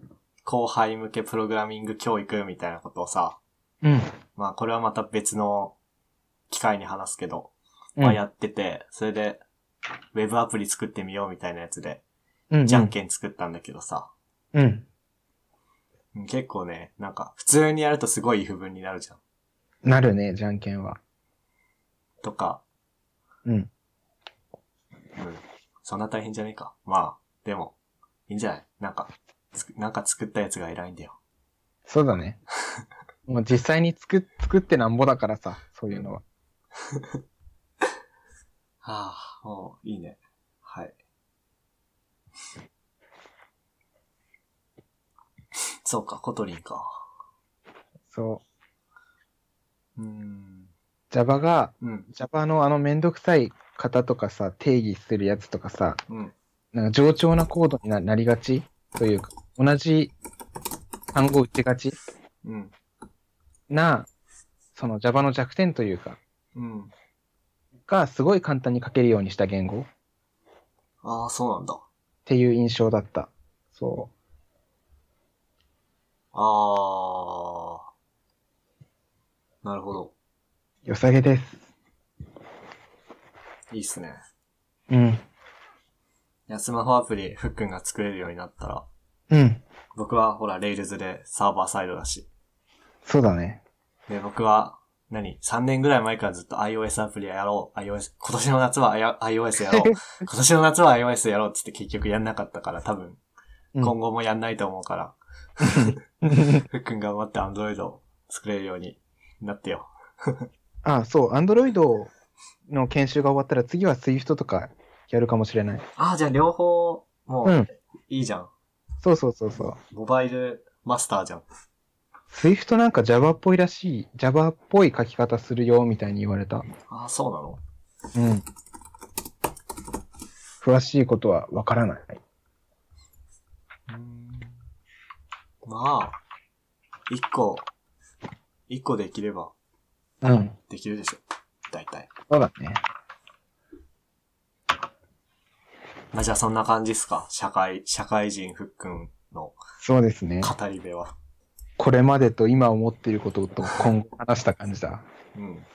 後輩向けプログラミング教育みたいなことをさ、
うん。
まあこれはまた別の機会に話すけど、
うん
まあやってて、それで、ウェブアプリ作ってみようみたいなやつで、
うん。
じゃんけん作ったんだけどさ、
うん。
うん結構ね、なんか普通にやるとすごい不分になるじゃん。
なるね、じゃんけんは。
とか、
うん。
うん。そんな大変じゃねえか。まあ、でも、いいんじゃないなんか、つくなんか作ったやつが偉いんだよ。
そうだ
(laughs)
ね。もう実際に作、作ってなんぼだからさ、そういうのは。
はあ、もう、いいね。はい。 (laughs) そうか、コトリンか。
そう
ーん。
う。Java が、
うん、
Java のあのめんどくさい型とかさ、定義するやつとかさ、
うん、
なんか冗長なコードにななりがちというか、同じ単語打ちがち
うん、
な、その Java の弱点というか、
うん。
がすごい簡単に書けるようにした言語っ
ああ、そうなんだ。
ていう印象だった。そ
ああ。なるほど。
う。良さげです。
いいっすね。
うん。
いや、スマホアプリ、ふっくんが作れるようになったら、
うん。
僕はほら、レイルズでサーバーサイドだし。
そうだね。
で、僕は、何 ?3 年ぐらい前からずっと iOS アプリやろう。iOS、今年の夏は I- iOS や
(laughs)
ろう。今年の夏は iOS やろうっつって結局やんなかったから、多分、
うん
今後もやんないと思う
(laughs)
から、ふっくん頑張って Android を作れるようになってよ。
あ、そう、アンドロイドの研修が終わったら次は Swift とかやるかもしれない。
ああ、じゃあ両方、も
うん
う、いいじゃん。
そうそうそうそう。
モバイルマスターじゃん。
Swift なんか Java っぽいらしい、Java っぽい書き方するよみたいに言われた。
ああ、そうなの
うん。詳しいことはわからない。
うーんまあ、一個、一個できれば
うん。
できるでしょ。大体。
そうだね。
まあ、じゃあそんな感じっすか。社会、社会人ふっくんの
そうですね。
語り部は。
これまでと今思っていることと今後話した感じだ。 (laughs)
うん。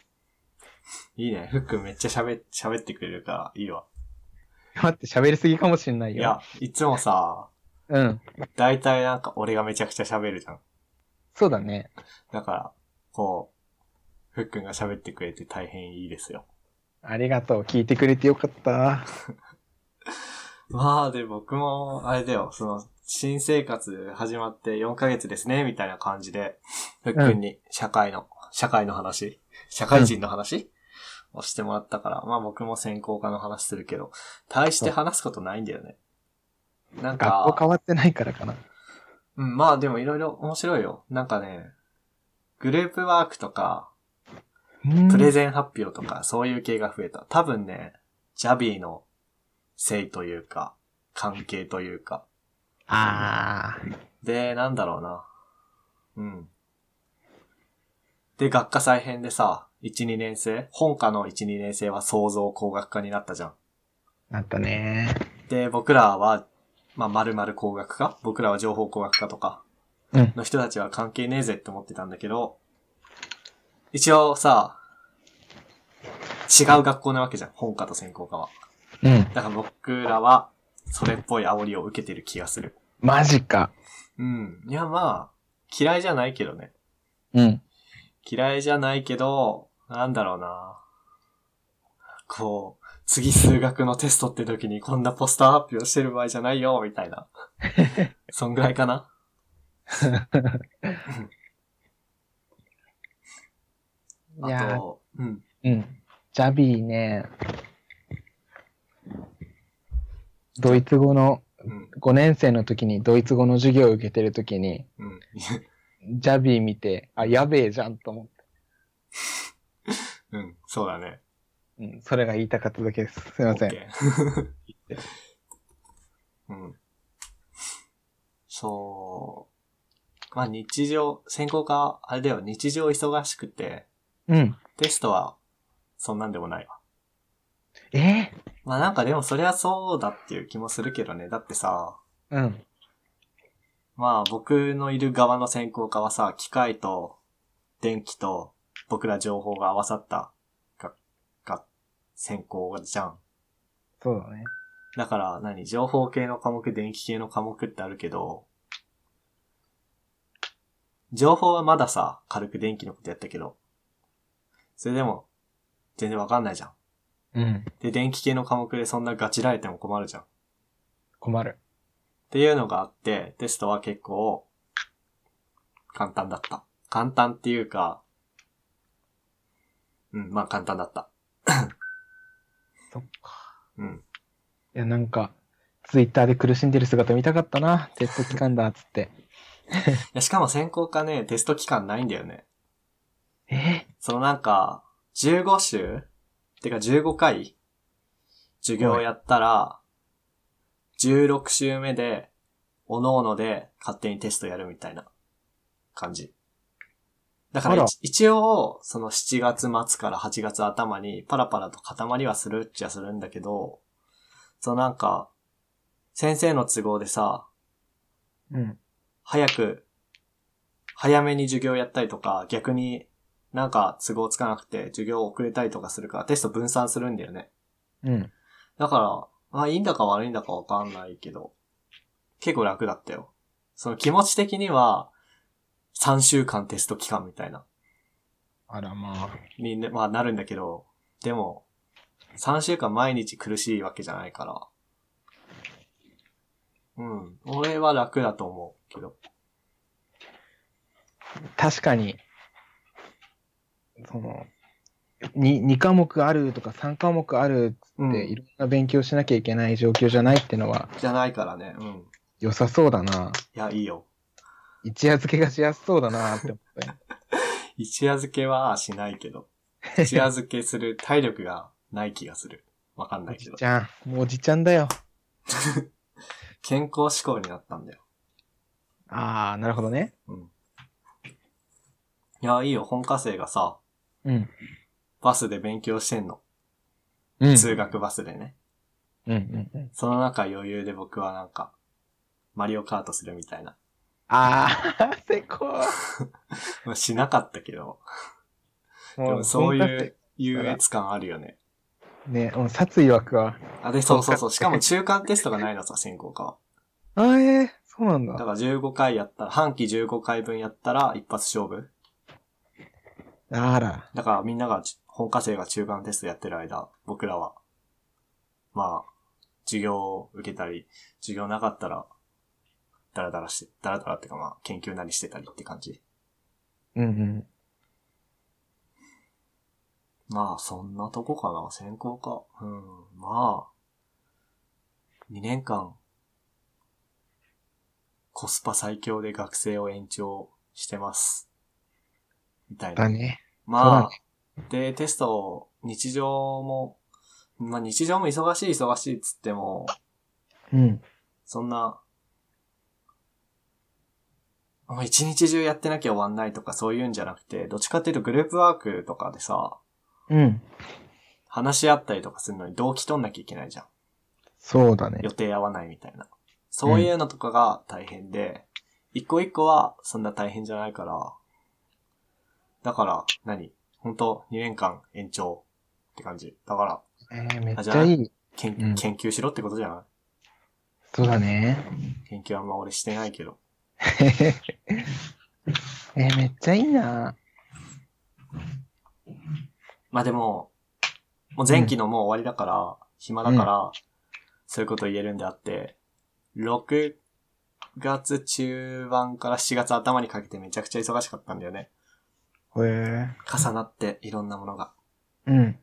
いいね。ふっくんめっちゃ喋、喋ってくれるから、いいわ。
待って、喋りすぎかもしんない
い
よ。
や、いつもさ、
うん。
大体なんか俺がめちゃくちゃ喋るじゃん。
そうだね。
だから、こう、ふっくんが喋ってくれて大変いいですよ。
ありがとう。聞いてくれてよかった。
まあ、で、僕も、あれだよ、その、新生活始まって4ヶ月ですね、みたいな感じで、ふっくんに社会の、社会の話、社会人の話、をしてもらったから、まあ僕も専攻科の話するけど、大して話すことないんだよね。なんか、
学校変わってないからかな。
うん、まあでもいろいろ面白いよ。なんかね、グループワークとか、
うん
プレゼン発表とか、そういう系が増えた。多分ね、ジャビーのせいというか、関係というか。
あー
で、なんだろうな。うん。で、学科再編でさ、1、2年生本科の1、2年生は創造工学科になったじゃん。
なったね。
で、僕らは、まあ、〇〇工学科僕らは情報工学科とか。
うん。
の人たちは関係ねえぜって思ってたんだけど、一応さ、違う学校なわけじゃん。本科と専攻科は。
うん。
だから僕らは、それっぽい煽りを受けてる気がする。
マジか。
うん。いや、まあ、嫌いじゃないけどね。
うん。
嫌いじゃないけど、なんだろうな。こう、次数学のテストって時にこんなポスター発表してる場合じゃないよ、みたい
(laughs)
な。そんぐらいかな。
い
あ
や
と、うん。
うん。ジャビーね。ドイツ語の、
うん。
5年生の時にドイツ語の授業を受けてる時に、
うん。
ジャビー見て、あ、やべえじゃんと思って。
うん。そうだね。
うん。それが言いたかっただけです。すい
す
ません。
(laughs) うん。そう。まあ日常、専攻科、あれだよ、日常忙しくて、
うん。
テストは、そんなんでもないわ。
え
まあなんかでもそりゃそうだっていう気もするけどね。だってさ、
うん。
まあ僕のいる側の専攻科はさ、機械と電気と僕ら情報が合わさったが、が、専攻じゃん。
そうだね。
だから何、情報系の科目、電気系の科目ってあるけど、情報はまださ、軽く電気のことやったけど、それでも、全然わかんないじゃん。
うん。
で、電気系の科目でそんなガチられても困るじゃん。っ
困る。
ていうのがあって、テストは結構、簡単だった。簡単っていうか、うん、まあ簡単だった。
そっか。
うん。
いや、なんか、ツイッターで苦しんでる姿見たかったな。テスト期間だ、つって。
いやしかも専攻科ね、テスト期間ないんだよね。
(laughs) え
そのなんか、15週てか15回授業をやったら、16週目で、おのおので勝手にテストやるみたいな感じ。だか
あ
ら
ら
一一応、その7月末から8月頭にパラパラと固まりはするっちゃするんだけど、そのなんか、先生の都合でさ、
うん。
早く、早めに授業やったりとか、逆になんか都合つかなくて授業遅れたりとかするからテスト分散するんだよね。
うん。
だから、まあいいんだか悪いんだかわかんないけど、結構楽だったよ。その気持ち的には、3週間テスト期間みたいな、
あら、まあ。
に、ね、まあなるんだけど、でも、3週間毎日苦しいわけじゃないから。うん。俺は楽だと思うけど。
確かに、その、に2科目あるとか3科目ある
う
っていろんな勉強しなきゃいけない状況じゃないってのは
じゃないからね。うん。
良さそうだな。
いや、いいよ。
一夜漬けがしやすそうだなって思ったよ
一夜漬けはしないけど。一
(laughs)
夜漬けする体力がない気がする。わかんな
お
いけ
じ
ど。
ちゃん、もうおじちゃんだよ。
健康志向になったんだよ。
ああ、なるほどね。
うん。いや、いいよ、本科生がさ、
うん。
バスで勉強してんの。
うん。
通学バスでね。
うんうんうん。
その中余裕で僕はなんか、マリオカートするみたいな。
ああ、せこ
まあしなかったけど、
い。
で
も
もそうい
本格
う優越感あるよね。
的。ね、うん、殺意湧くわ。
あ、で、そうそうそう。しかも中間テストがないのさ、専攻科は。
あーえー、そうなん
だ
だ。
から15回やったら、半期15回分やったら一発勝負。
あら。
だからみんなが、本科生が中間テストやってる間、僕らは、まあ、授業を受けたり、授業なかったら、ダラダラして、ダラダラってかまあ、研究なりしてたりって感じ。
うんうん。
まあ、そんなとこかな、専攻か。うん、まあ、2年間、コスパ最強で学生を延長してます。みたい
だ
な。
ね。
まあ、で、テスト、日常も、まあ日常も忙しい忙しいっつっても、
うん。
そんな、もう一日中やってなきゃ終わんないとかそういうんじゃなくて、どっちかっていうとグループワークとかでさ、
うん。
話し合ったりとかするのに動機取んなきゃいけないじゃん。
そうだね。
予定合わないみたいな。そういうのとかが大変で、一個一個はそんな大変じゃないから、だから何、本当2年間延長って感じ。だから、
えー、めっ
あじ
ち
ゃ
ゃ
あ
いい。
研
うん
研究しろってことじゃな
そうだね。
い
(laughs)
研究はあんま俺してないけど。
えー、めっちゃいいな。
まあでも、もう前期のもう終わりだから、暇だから、そういうこと言えるんであって、6月中盤から7月頭にかけてめちゃくちゃ忙しかったんだよね。
へえ。
重なっていろんなものが。
うん。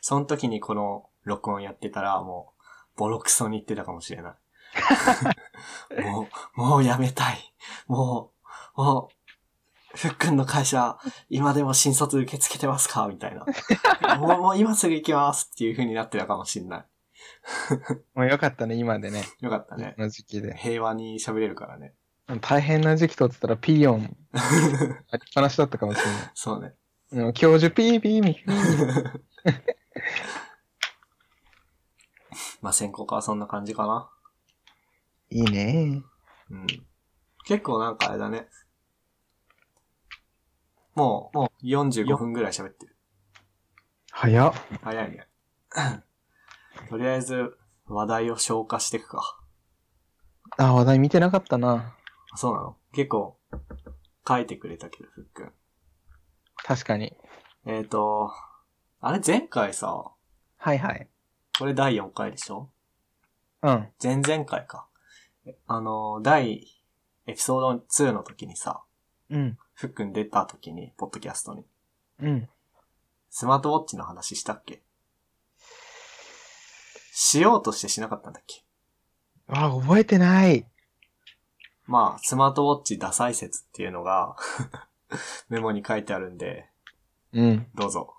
その時にこの録音やってたら、もう、ボロクソに言ってたかもしれない。もう、もうやめたい。もう、もう、ふっくんの会社、今でも新卒受け付けてますかみたいな。もう、もう今すぐ行きますっていう風になってたかもしれな
もうよかったね、今でね。
い。よかったね
こ。の時期で。
平和に喋れるからね。
大変な時期とってたらピー
(laughs)
ヨン、ありっぱなしだったかもしれない。
そうね。
でも教授ピーピーミー。
まあ、専攻科はそんな感じかな。
いいね。
うん。結構なんかあれだね。もう、もう45分ぐらい喋ってる。
早っ。
早いね。 (clears throat) とりあえず、話題を消化していくか。
あ、話題見てなかったな。
あそうなの結構、書いてくれたけど、ふっくん。
確かに。
えっ、ー、と、あれ前回さ、
はいはい。
これ第4回でしょ
うん。
前々回か。えあの、第、エピソード2の時にさ、
うん。
ふっくん出た時に、ポッドキャストに、
うん。
スマートウォッチの話したっけしようとしてしなかったんだっけ
あ、覚えてない。
まあ、スマートウォッチダサい説っていうのが、 (laughs) メモに書いてあるんで、
うん。
どうぞ。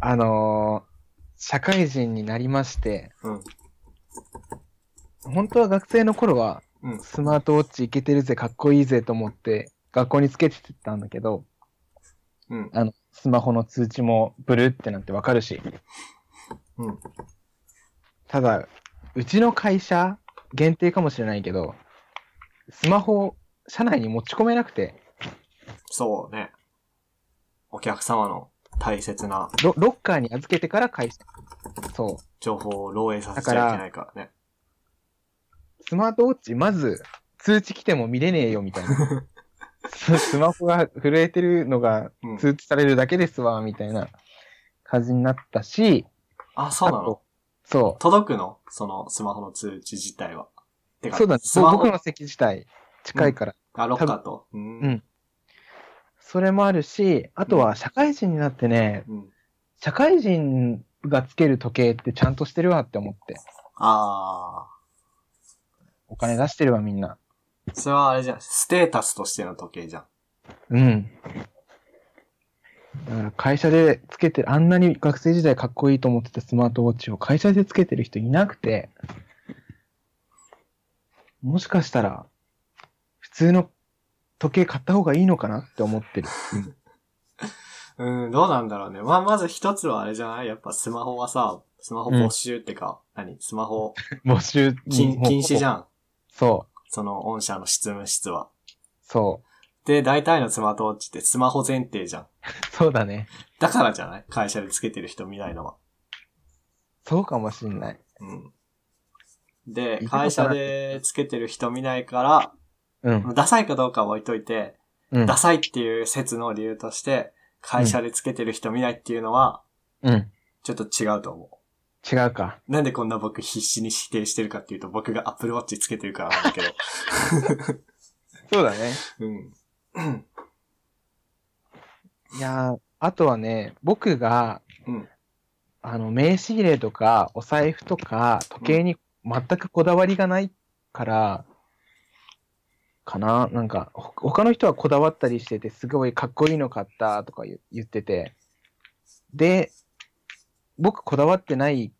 あのー社会人になりまして、
うん。
本当は学生の頃は、
うん。
スマートウォッチいけてるぜ、かっこいいぜと思って、学校につけてたんだけど、
うん。
スマホの通知もブルってなってわかるし。
うん。
ただ、うちの会社限定かもしれないけど、スマホを社内に持ち込めなくて、
そうね。お客様の大切な
ロロッカーに預けてから会社。そう。
情報を漏洩させちゃいけないからね。
スマートウォッチ、まず、通知来ても見れねえよ、みたいな。
(laughs)
ススマホが震えてるのが
うん。
通知されるだけですわ、みたいな感じになったし、
あ、そうな
あ
の
とそ
届くのそのスマホの通知自体は。て
う。
か、
そうだね。
スマホ
僕の席自体、近いから。
あ、ロッカーと。うん。
うんそれもあるし、あとは社会人になってね、
うん。
社会人がつける時計ってちゃんとしてるわって思って。
あ
お金出してるわ、みんな。
ー。それはあれじゃん。ステータスとしての時計じゃん。
うん。だから会社でつけてる、あんなに学生時代かっこいいと思ってたスマートウォッチを会社でつけてる人いなくて、もしかしたら、普通の時計買った方がいいのかなって
(laughs)
思ってる。
うん、どうなんだろうね。まあ、まず一つはあれじゃないやっぱスマホはさ、スマホ没収ってか、何スマホ
募集
禁禁止じ
ん。
ゃん。
そう、
その御社の執務室は。
そ
で、大体のスマートウォッチってスマホ前提じゃん。
う、そうだね。
だからじゃない会社でつけてる人見ないのは。
そうかもしんない。
うん。
い
で
い、ことだ
会社でつけてる人見ないから、
うん、
ダサいかどうかは置いといて、
うん
ダ、サいっていう説の理由として、会社でつけてる人見ないっていうのは、
うん。
ちょっと違うと思
違うか。
う。なんでこんな僕必死に否定してるかっていうと、僕が Apple Watch つけてるからなんだけど。
そうだね。
うん。
いやーあとはね、僕が、
うん
あの、名刺入れとか、お財布とか、時計に全くこだわりがないから、かななんか、ほ他の人はこだわったりしてて、すごいかっこいいの買ったとか言言ってて、で、僕こだわってない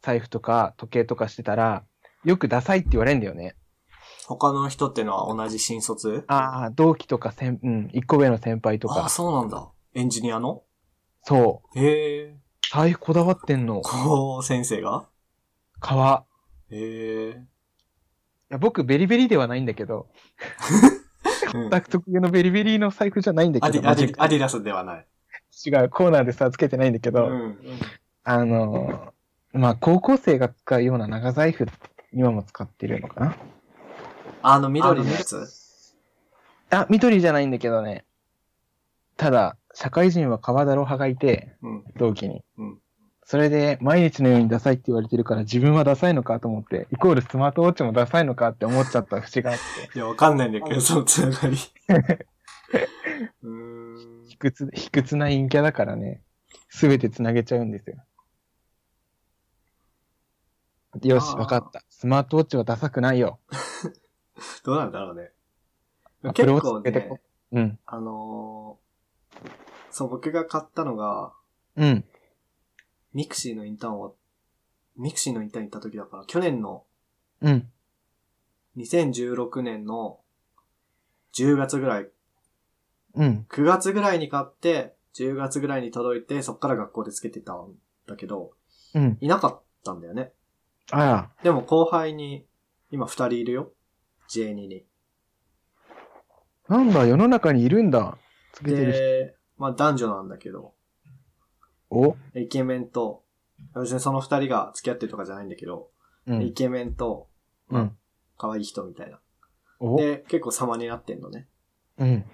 財布とか、時計とかしてたら、よくダサいって言われるんだよね。
他の人ってのは同じ新卒
ああ、同期とか先、うん、一個上の先輩と
あ
か、
そうなんだ。エンジニアの
そう、
へえ。
財布こだわってんの、
こう、先生が
革。
へえ。
いや僕、ベリベリではないんだけど、
うん
全く特有のベリベリの財布じゃないんだ
ア
け
デ
ど、
ィアディ
マ
アディダスではない。
ジック違う、コーナーでさ、つけてないんだけ
う
ど、
ん。
あのー、まあ、高校生が使うような長財布、今も使ってるのかな
あの、緑のやつ
あ、緑じゃないんだけどね。ただ、社会人は川だろ派がいて、
うん。
同期に。
うん
それで、毎日のようにダサいって言われてるから、自分はダサいのかと思って、イコールスマートウォッチもダサいのかって思っちゃった節があって、
いや、わかんないんだけど、そのつな (laughs) がり。うーん。
卑屈、卑屈な陰キャだからね、すべてつなげちゃうんですよ。よし、
あー
わかった。スマートウォッチはダサくないよ。
どうなんだろうね。
アップルウォ
結
ッチ
構
つけてこ
ね、
うん。
あのーそう、僕が買ったのが、
うん。
ミクシーのインターンを、ミクシーのインターン行った時だから、去年の
うん。
2016年の10月ぐらい、
うん。
9月ぐらいに買って、10月ぐらいに届いて、そっから学校でつけてたんだけど、
うん。
いなかったんだよね。
あら。
でも後輩に、今二人いるよ。J2 に。
なんだ、世の中にいるんだ。つけてる人。
で、まあ男女なんだけど、
お
イケメンと、別にその二人が付き合ってるとかじゃないんだけど、
う
イ
ん。
ケメンと、
う
まあ
ん。
可愛い人みたいな。
お
で、結構様になってんのね。
うん。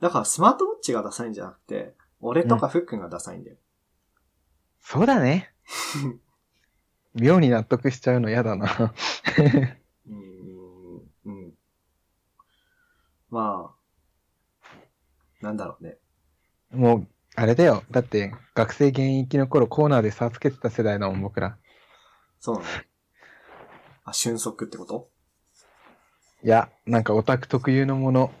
だからスマートウォッチがダサいんじゃなくて、俺とかふっくんがダサいんだよ。
そう
(laughs)
だね。妙に納得しちゃうの嫌だな。
うーん、うん。まあ、なんだろうね。
もう、あれだよ。だって、学生現役の頃コーナーで差つけてた世代だもん、僕ら。
そうなの。あ、瞬足ってこと
いや、なんかオタク特有のもの、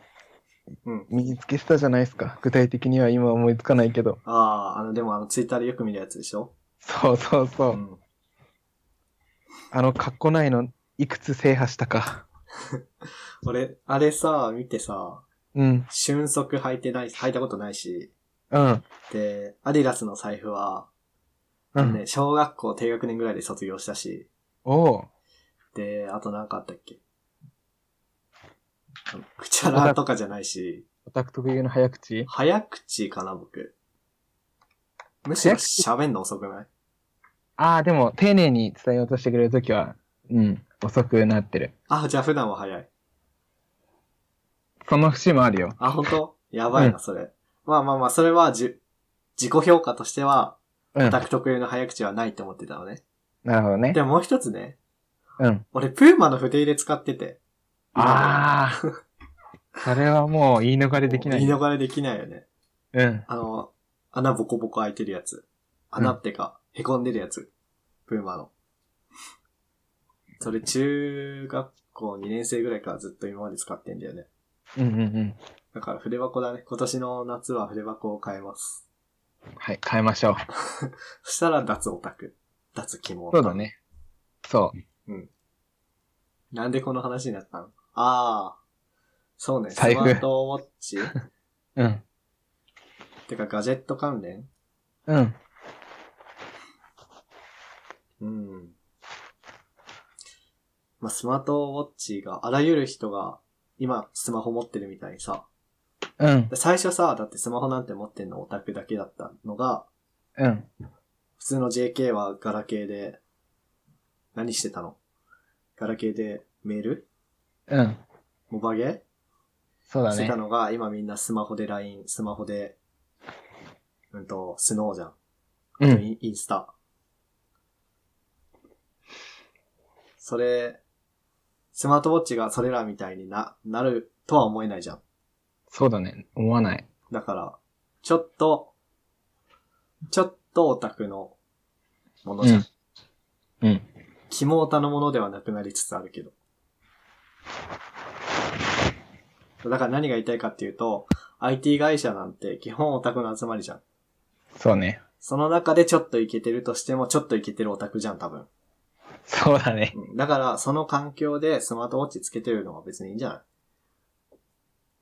うん
身につけてたじゃないですか。具体的には今思いつかないけど。
ああ、あの、でもあの、ツイッターでよく見るやつでしょ
そうそうそうう。
ん。
あの、かっこないの、いくつ制覇したか。
俺、あれさ、見てさ、
うん、
瞬足履いてない、履いたことないし、
うん、
で、アディダスの財布は、
うん。
ね、小学校低学年ぐらいで卒業したし、
おう
で、あと何かあったっけあのくちゃらとかじゃないし、
オタク特有の早口
早口かな、僕。むしろ喋んの遅くない
ああ、でも、丁寧に伝えようとしてくれるときは、うん、遅くなってる。
あ、じゃあ普段は早い。
その節もあるよ。
あ、本当やばいな、それ。まあまあまあ、それはじゅ、自己評価としては、
うん。
オタク特有の早口はないって思ってたのね。
なるほどね
で。ももう一つね、
うん。
俺、プーマの筆入れ使ってて。
ああ。 (laughs) それはもう言い逃れできない。
言い逃れできないよね。
うん。
あの、穴ボコボコ開いてるやつ。穴ってか、へこんでるやつ。プーマの。それ、中学校2年生ぐらいからずっと今まで使ってんだよね。
うんうんうん。
だから筆箱だね。今年の夏は筆箱を変えます。
はい、変えましょう。
そしたら脱オタク。脱キモオタ
そうだ。ね。そう。
なんでこの話になったのああ。そうね、スマ
財布
ートウォッチ (laughs) っ
うん。
てかガジェット関連
うん。
うん。まあ、スマートウォッチが、あらゆる人が、今、スマホ持ってるみたいにさ、
うん。
で最初さ、だってスマホなんて持ってんのオタクだけだったのが、
うん。
普通の JK はガラケーで、何してたのガラケーでメール
うん。
モバゲ
そう
ー
だ
して
ね
た。のが、今みんなスマホで LINE、スマホで、うんと、スノーじゃん。
う
あと
ん。
インインスタ。それ、スマートウォッチがそれらみたいにな、なるとは思えないじゃん。
そうだね。思わない。
だから、ちょっと、ちょっとオタクのものじゃん。
うん。うん。
キモオタのものではなくなりつつあるけど。だから何が言いたいかっていうと、IT 会社なんて基本オタクの集まりじゃん。
そうね。
その中でちょっとイケてるとしても、ちょっとイケてるオタクじゃん、多分。
そうだね。
うんだから、その環境でスマートウォッチつけてるのは別にいいんじゃない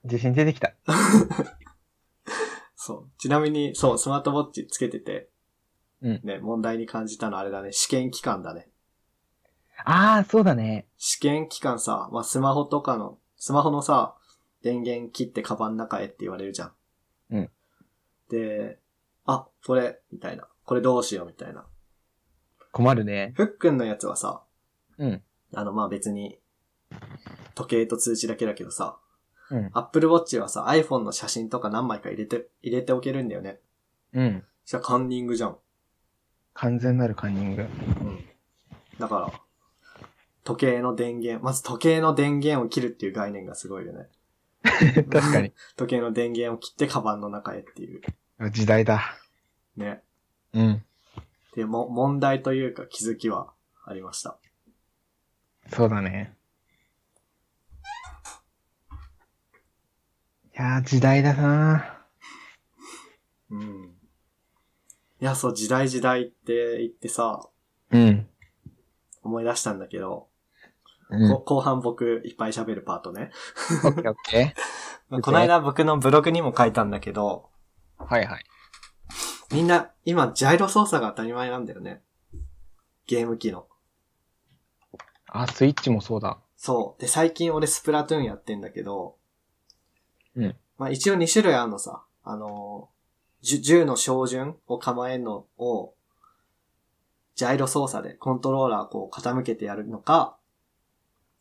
自信出てきた。
そう。ちなみに、そう、スマートウォッチつけてて、
うん
ね、問題に感じたのあれだね、試験期間だね。
ああ、そうだね。
試験期間さ、まあ、スマホとかの、スマホのさ、電源切ってカバンの中へって言われるじゃん。
うん。
で、あ、これ、みたいな。これどうしよう、みたいな。
困るね。
ふっくんのやつはさ、
うん。
あの、まあ、別に、時計と通知だけだけどさ、
うん。
Apple Watch はさ、iPhone の写真とか何枚か入れて、入れておけるんだよね。
うん。
じゃカンニングじゃん。
完全なるカンニング。
うん。だから、時計の電源、まず時計の電源を切るっていう概念がすごいよね。
(laughs) 確かに。
時計の電源を切ってカバンの中へっていう。
時代だ。
ね。
うん。
でも、問題というか気づきはありました。
そうだね。いやー、時代だな
うん。いや、そう、時代時代って言ってさ、
うん。
思い出したんだけど、
うん。
こ後半僕いっぱい喋るパートね。
オッケーオッケ
まあこの間僕のブログにも書いたんだけど、
ー。はいはい。
みんな今ジャイロ操作が当たり前なんだよね。ゲーム機の。
あ、スイッチもそうだ。
そう。で、最近俺スプラトゥーンやってんだけど、
うん。
まあ一応2種類あるのさ。あのーじゅ銃の照準を構えるのを、ジャイロ操作でコントローラーこう傾けてやるのか、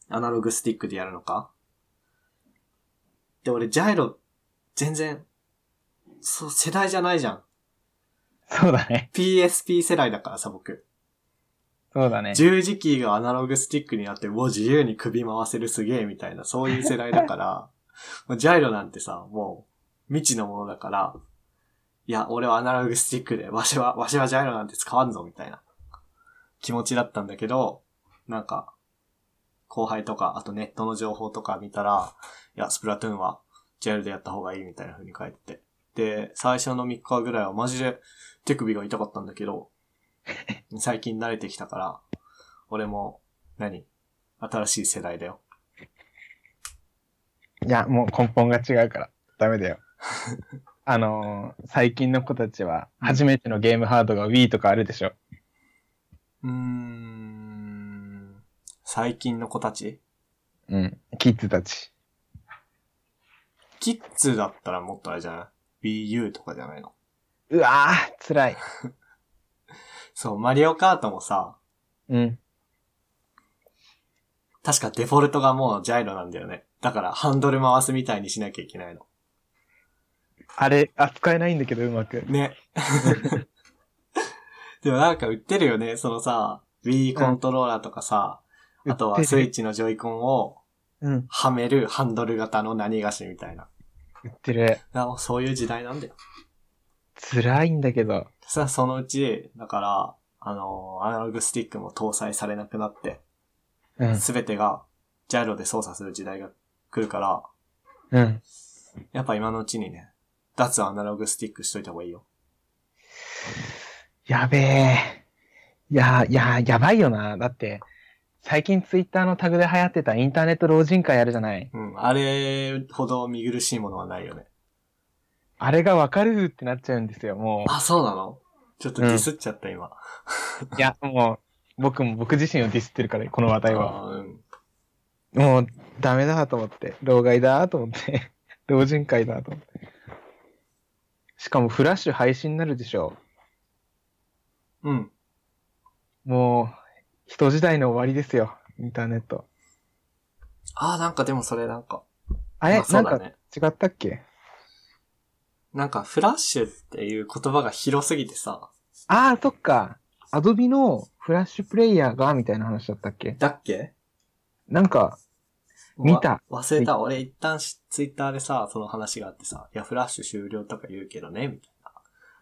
アナログスティックでやるのか。で、俺ジャイロ、全然、そう、世代じゃないじゃん。
そうだね。
PSP 世代だからさ、僕。
そうだね。
十字キーがアナログスティックになって、もう自由に首回せるすげえみたいな、そういう世代だから、もうジャイロなんてさ、もう未知のものだから、いや、俺はアナログスティックで、わしは、わしはジャイロなんて使わんぞ、みたいな気持ちだったんだけど、なんか、後輩とか、あとネットの情報とか見たら、いや、スプラトゥーンはジャイロでやった方がいいみたいな風に書いてて。で、最初の3日ぐらいはマジで手首が痛かったんだけど、最近慣れてきたから、俺も、何新しい世代だよ。
いや、もう根本が違うから、ダメだよ。 (laughs) あのー最近の子たちは、初めてのゲームハードが Wii とかあるでしょ。
うーん。最近の子たち
うん。キッズたち。
キッズだったらもっとあれじゃない ?Wii U とかじゃないの
うわー、辛い。
そう、マリオカートもさ、
うん。
確かデフォルトがもうジャイロなんだよね。だからハンドル回すみたいにしなきゃいけないの。
あれ、扱えないんだけど、うまく。
(laughs) ね。でもなんか売ってるよね。そのさ、Wii コントローラーとかさ、あとはスイッチのジョイコンを
うん。
はめるハンドル型の何菓子みたいな。
売ってる。
だからもうそういう時代なんだよ。
辛いんだけど。
さあ、そのうち、だから、あのーアナログスティックも搭載されなくなって、
うん。
すべてが、ジャイロで操作する時代が来るから、
うん。
やっぱ今のうちにね、脱アナログスティックしといた方がいいよ。
やべえ。いや、いや、やばいよな。だって、最近ツイッターのタグで流行ってたインターネット老人会あるじゃない。
うん。あれほど見苦しいものはないよね。
あれがわかるってなっちゃうんですよ、も
あ、そうなのちょっとディスっちゃった、今。
う。いや、もう、僕も僕自身をディスってるから、この話題は。
あーうん。
もう、ダメだと思って。老害だと思って。 (laughs) 老人会だと思って。しかも、フラッシュ配信になるでしょ。
うん。
もう、人時代の終わりですよ、インターネット。
あー、なんかでもそれなんか。
あれ、
まそ
な
うんだ
か
ね。
違ったっけ
なんか、フラッシュっていう言葉が広すぎてさ、
ああ、そっか。アドビのフラッシュプレイヤーが、みたいな話だったっけ
だっけ
なんか、見た
わ忘れた。俺一旦しツイッターでさ、その話があってさ、いや、フラッシュ終了とか言うけどね、みたい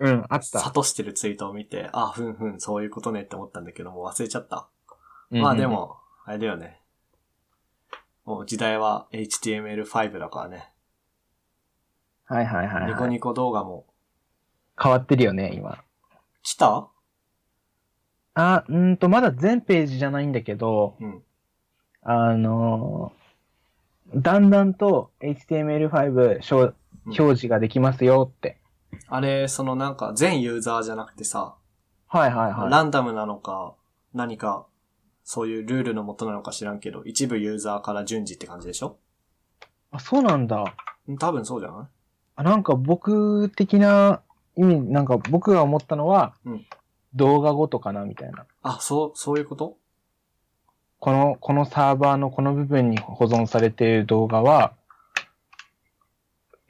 な。
うん、あっ
諭
た。
してるツイートを見て、あ、ふんふん、そういうことねって思ったんだけども、忘れちゃった。
うん
まあで。も、あれだよね。もう時代は HTML5 だからね。
はいはいはい
ニコ
はい、
ニコ動画も。
変わってるよね、今。
来た
あ、うーんと、まだ全ページじゃないんだけど、
うん。
あのーだんだんと HTML5 表表示ができますよって。
あれ、そのなんか全ユーザーじゃなくてさ、
はいはいはい。
ランダムなのか、何か、そういうルールのもとなのか知らんけど、一部ユーザーから順次って感じでしょ
あ、そうなんだ。
うん多分そうじゃない
あなんか僕的な意味、なんか僕が思ったのは、
うん
動画ごとかなみたいな。
あ、そう、そういうこと
この、このサーバーのこの部分に保存されている動画は、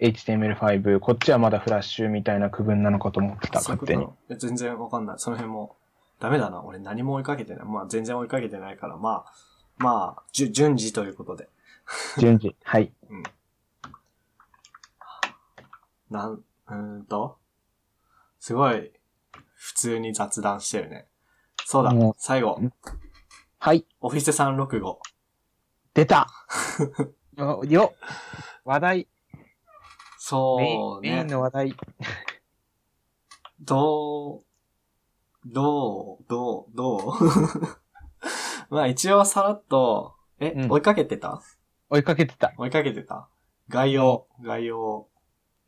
HTML5、こっちはまだフラッシュみたいな区分なのかと思ってた、
そういう
勝
こ
手に。
とえ全然わかんない。その辺も。ダメだな。俺何も追いかけてない。まあ全然追いかけてないから、まあ、まあ、じゅ順次ということで。
順次。はい。
なん、うーんと。すごい、普通に雑談してるね。そうだ
もう、
最後。
はい。
オフィス365。(laughs)
出たよよ話題、メイン
そう
メイ
ね
ン。の話題。
どう、どう、どう、 (laughs) どうまあ一応さらっと、え、
うん
追いかけてた
追いかけてた。
追いかけてた概要、概要を。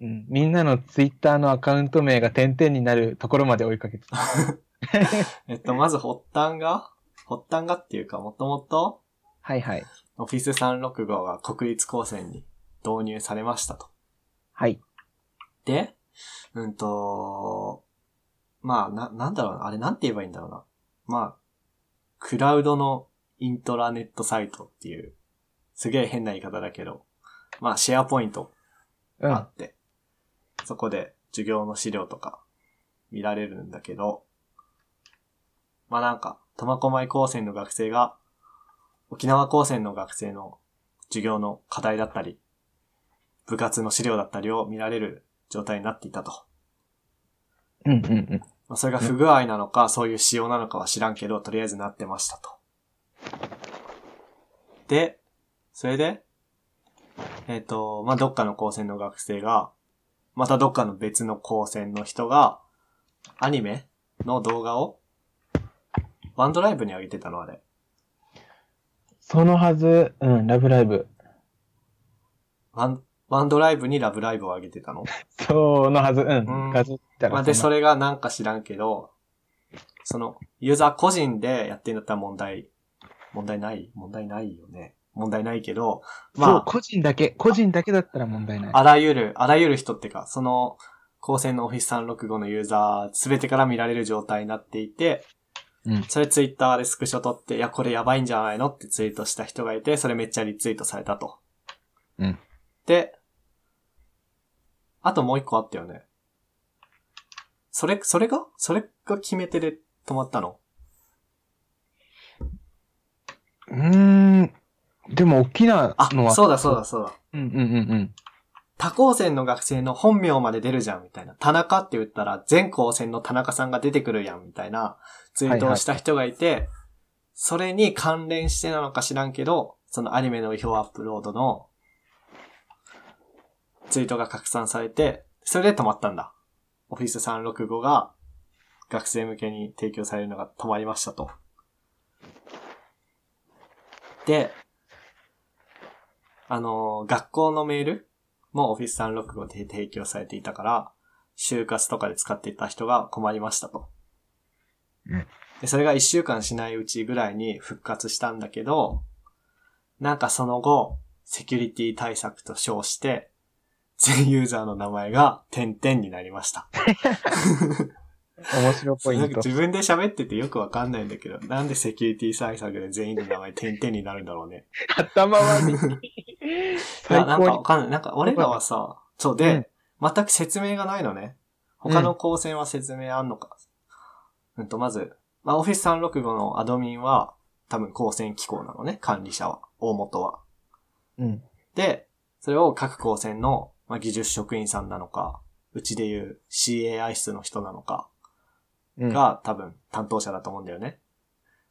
うん。みんなのツイッターのアカウント名が点々になるところまで追いかけてた。
えっと、まず発端が、発端がっていうか、もともと、
はいはい。
Office 365が国立高専に導入されましたと。
はい。
で、うんと、まあ、な、なんだろうな、あれなんて言えばいいんだろうな。まあ、クラウドのイントラネットサイトっていう、すげえ変な言い方だけど、まあ、シェアポイント
うん。
あって、そこで授業の資料とか見られるんだけど、まあなんか、苫小牧高専の学生が、沖縄高専の学生の授業の課題だったり、部活の資料だったりを見られる状態になっていたと。
うんうんうん。
まあ、それが不具合なのか、そういう仕様なのかは知らんけど、とりあえずなってましたと。で、それで、えっ、と、まあ、どっかの高専の学生が、またどっかの別の高専の人が、アニメの動画を、ワンドライブに上げてたのあれ。
そのはず、うん、ラブライブ。
ワン、ワンドライブにラブライブを上げてたの。
そのはず、う
うん
ん。画像見たら
まあ、で、そ
れ。
れがなんか知らんけど、その、ユーザー個人でやってんだったら問題、問題ない問題ないよね。問題ないけど、
そう、
まあ、
個人だけ、個人だけだったら問題ない。
(laughs) あらゆる、あらゆる人っていうか、その、高専の Office 365のユーザーすべてから見られる状態になっていて、
うん
それツイッターでスクショ撮って、いや、これやばいんじゃないのってツイートした人がいて、それめっちゃリツイートされたと。
うん。
で、あともう一個あったよね。それ、それがそれが決め手で止まったの
うーん。でも、大きな
あ
のは。、
そうだそうだそうだ。
うんうんうんうん。
他高専の学生の本名まで出るじゃん、みたいな。田中って言ったら、全高専の田中さんが出てくるやん、みたいなツイートをした人がいて、それに関連してなのか知らんけど、そのアニメの違法アップロードのツイートが拡散されて、それで止まったんだ。オフィス365が学生向けに提供されるのが止まりましたと。で、あのー学校のメールも Office365 で提供されていたから、就活とかで使っていた人が困りましたと。
うん
でそれが1週間しないうちぐらいに復活したんだけど、なんかその後、セキュリティ対策と称して、全ユーザーの名前が点々になりました。
面白ポイ
なん
ン
か
ト。
自分で喋っててよくわかんないんだけど、なんでセキュリティ対策で全員の名前点々になるんだろうね。
頭悪 (laughs) い。
いや、
最
なんか
高
わ
に。
かんない。なんか俺らはさ、そうで、全く説明がないのね。他の
うん
高専は説明あんのか。うんと、まず、まあ、Office 365のアドミンは、多分高専機構なのね、管理者は、大元は。
うん。
で、それを各高専の、まあ、技術職員さんなのか、うちでいう CAI 室の人なのか、
うん。
が多分担当者だと思うんだよね。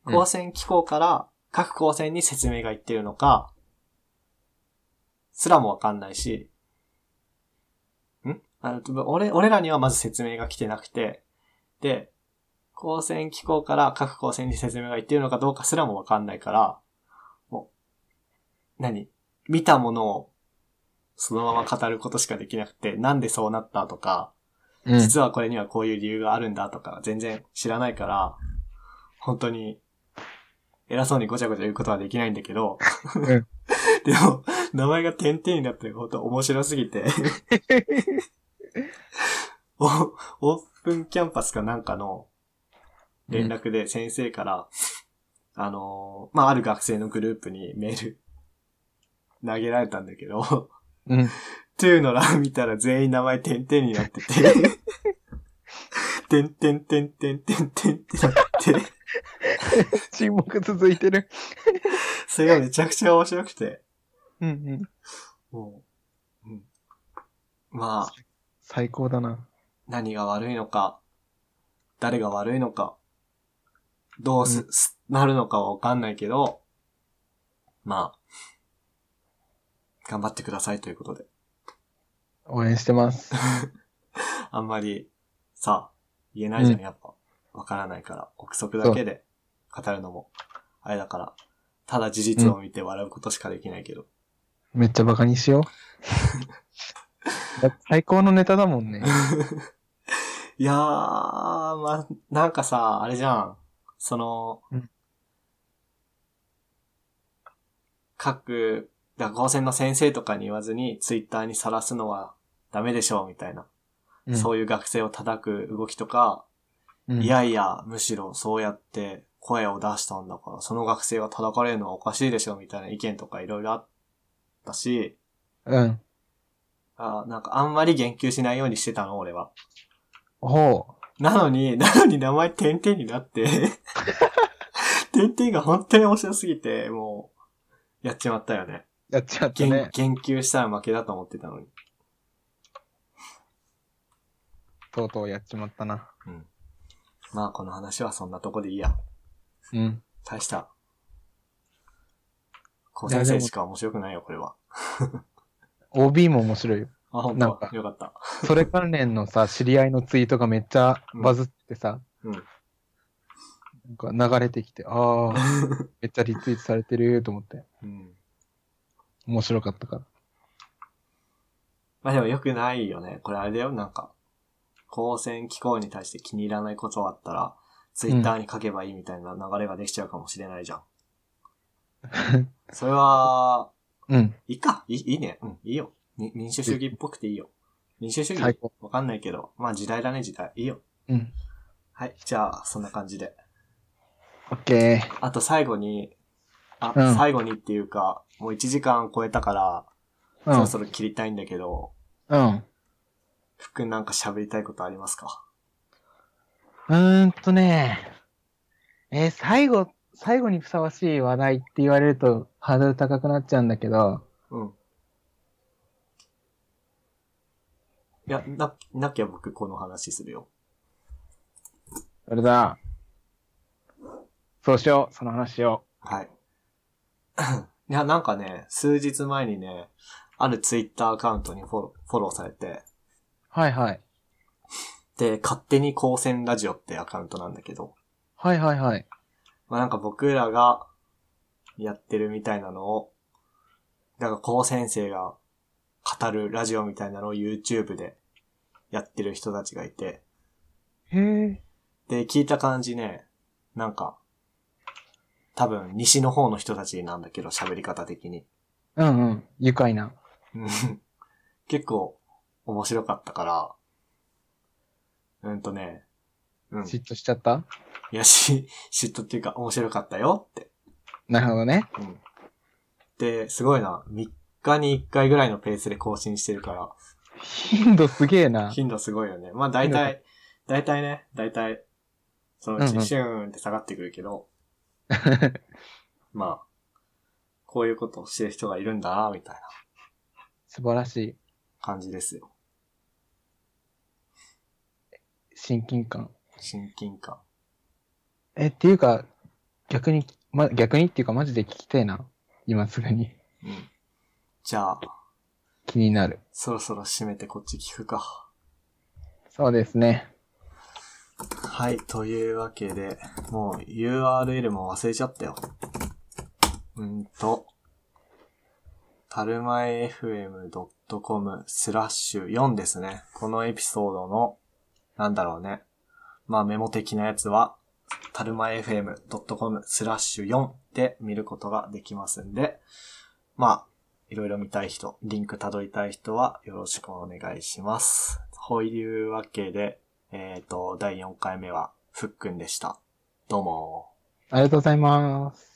うん
高専機構から各高専に説明がいってるのか、すらもわかんないし、んあの俺、俺らにはまず説明が来てなくて、で、高専機構から各高専に説明がいってるのかどうかすらもわかんないから、もう、何見たものをそのまま語ることしかできなくて、なんでそうなったとか、
うん
実はこれにはこういう理由があるんだとか、全然知らないから、本当に、偉そうにごちゃごちゃ言うことはできないんだけど、
ん
(laughs) でも、名前が点々になってること面白すぎて、おオープンキャンパスかなんかの連絡で先生から、あのーまあ、ある学生のグループにメール投げられたんだけど、
うん。
トゥーの欄見たら全員名前点々になってて、点々点々点々点々ってなって、
沈黙続いてる。
それがめちゃくちゃ面白くて、
うんうん。
もう、うん、まあ、
最高だな。
何が悪いのか、誰が悪いのか、どうす、
う
すなるのかはわかんないけど、まあ、頑張ってくださいということで。
応援してます。
あんまり、さ、言えないじゃん、
う
やっぱ。わからないから、憶測だけで語るのも、あれだから、ただ事実を見て笑うことしかできないけど。
めっちゃバカにしよう。だって (laughs) 最高のネタだもんね。
いやー、まあ、なんかさ、あれじゃん。その、
うん
各、だ高専の先生とかに言わずに、ツイッターにさらすのはダメでしょう、みたいな。
うん
そういう学生を叩く動きとか、
うん
いやいや、むしろそうやって声を出したんだから、その学生が叩かれるのはおかしいでしょ、みたいな意見とかいろいろあったし、
うん。
あなんかあんまり言及しないようにしてたの、俺は。
ほ
なのに、 (laughs) なのに名前点々になって、 (laughs) 点々が本当に面白すぎて、もう、やっちまったよね。
う。やっちゃった
言
ね。
言及したら負けだと思ってたのに。
とうとうやっちまったな。
うん。まあ、この話はそんなとこでいいや。
うん。
大した。高先生しか面白くないよ、これは。
OB も面白いよ。
あ、本
なん
当
か
よかった。
それ関連のさ、知り合いのツイートがめっちゃバズってさ、
うん
なんか流れてきて、ああ、めっちゃリツイートされてると思って、
うん。
面白かったから。
まあでも良くないよね。これあれだよ、なんか。高専機構に対して気に入らないことあったら、ツイッターに書けばいいみたいな流れができちゃうかもしれないじ
(laughs)
ゃん。それは、
うん、
いいか。いいいいね。うん、いいよ。に民主主義っぽくていいよ。民主主
最
義
高
わかんないけど、まあ時代だね、時代。いいよ。
うん。
はい、じゃあ、そんな感じで。
オッケ
あと最後に、あ、
うん
最後にっていうか、もう1時間超えたから、
ー。うん
そろそろ切りたいんだけど、
うん。
ふっくんなんか喋りたいことありますか
うーんとね、えー最後、最後にふさわしい話題って言われるとハードル高くなっちゃうんだけど、
うん。いや、な、なきゃ僕この話するよ。
それだ。そうしよう、その話を。
はい。いや、なんかね、数日前にね、あるツイッターアカウントにフォローフォローされて、
はいはい。
で、勝手に高専ラジオってアカウントなんだけど、
はいはいはい。
まあなんか僕らが、やってるみたいなのを、だから、こう先生が語るラジオみたいなのを YouTube でやってる人たちがいて、
へえ。
で、聞いた感じね、なんか、多分、西の方の人たちなんだけど、喋り方的に。 (laughs)
うんうん。愉快な。
うん結構、面白かったから、うんとね、うん。
嫉妬しちゃった
いやし、 (laughs) 嫉妬っていうか、面白かったよって。
なるほどね。
うん。で、すごいな。3日に1回ぐらいのペースで更新してるから、
頻度すげえな。
頻度すごいよね。まあ大体、大体ね、大体、そのう
うんう
ち
ん
シューンって下がってくるけど、まあ、こういうことをしてる人がいるんだな、みたいな
(laughs) 素晴らしい。
感じですよ。
親近感。
親近感。
え、っていうか、逆に、ま、逆にっていうかマジで聞きたいな。今すぐに。
うん。じゃあ、
気になる。
そろそろ締めてこっち聞くか。
そうですね。
はい、というわけで、もう URL も忘れちゃったよ。うーんと、たるまえ fm.com スラッシュ4ですね。このエピソードの、なんだろうね。まあメモ的なやつは、たるまえ fm.com スラッシュ4で見ることができますんで、まあ、いろいろ見たい人、リンク辿りたい人はよろしくお願いします。というわけで、えっ、と、第4回目は、ふっくんでした。どうも
ありがとうございます。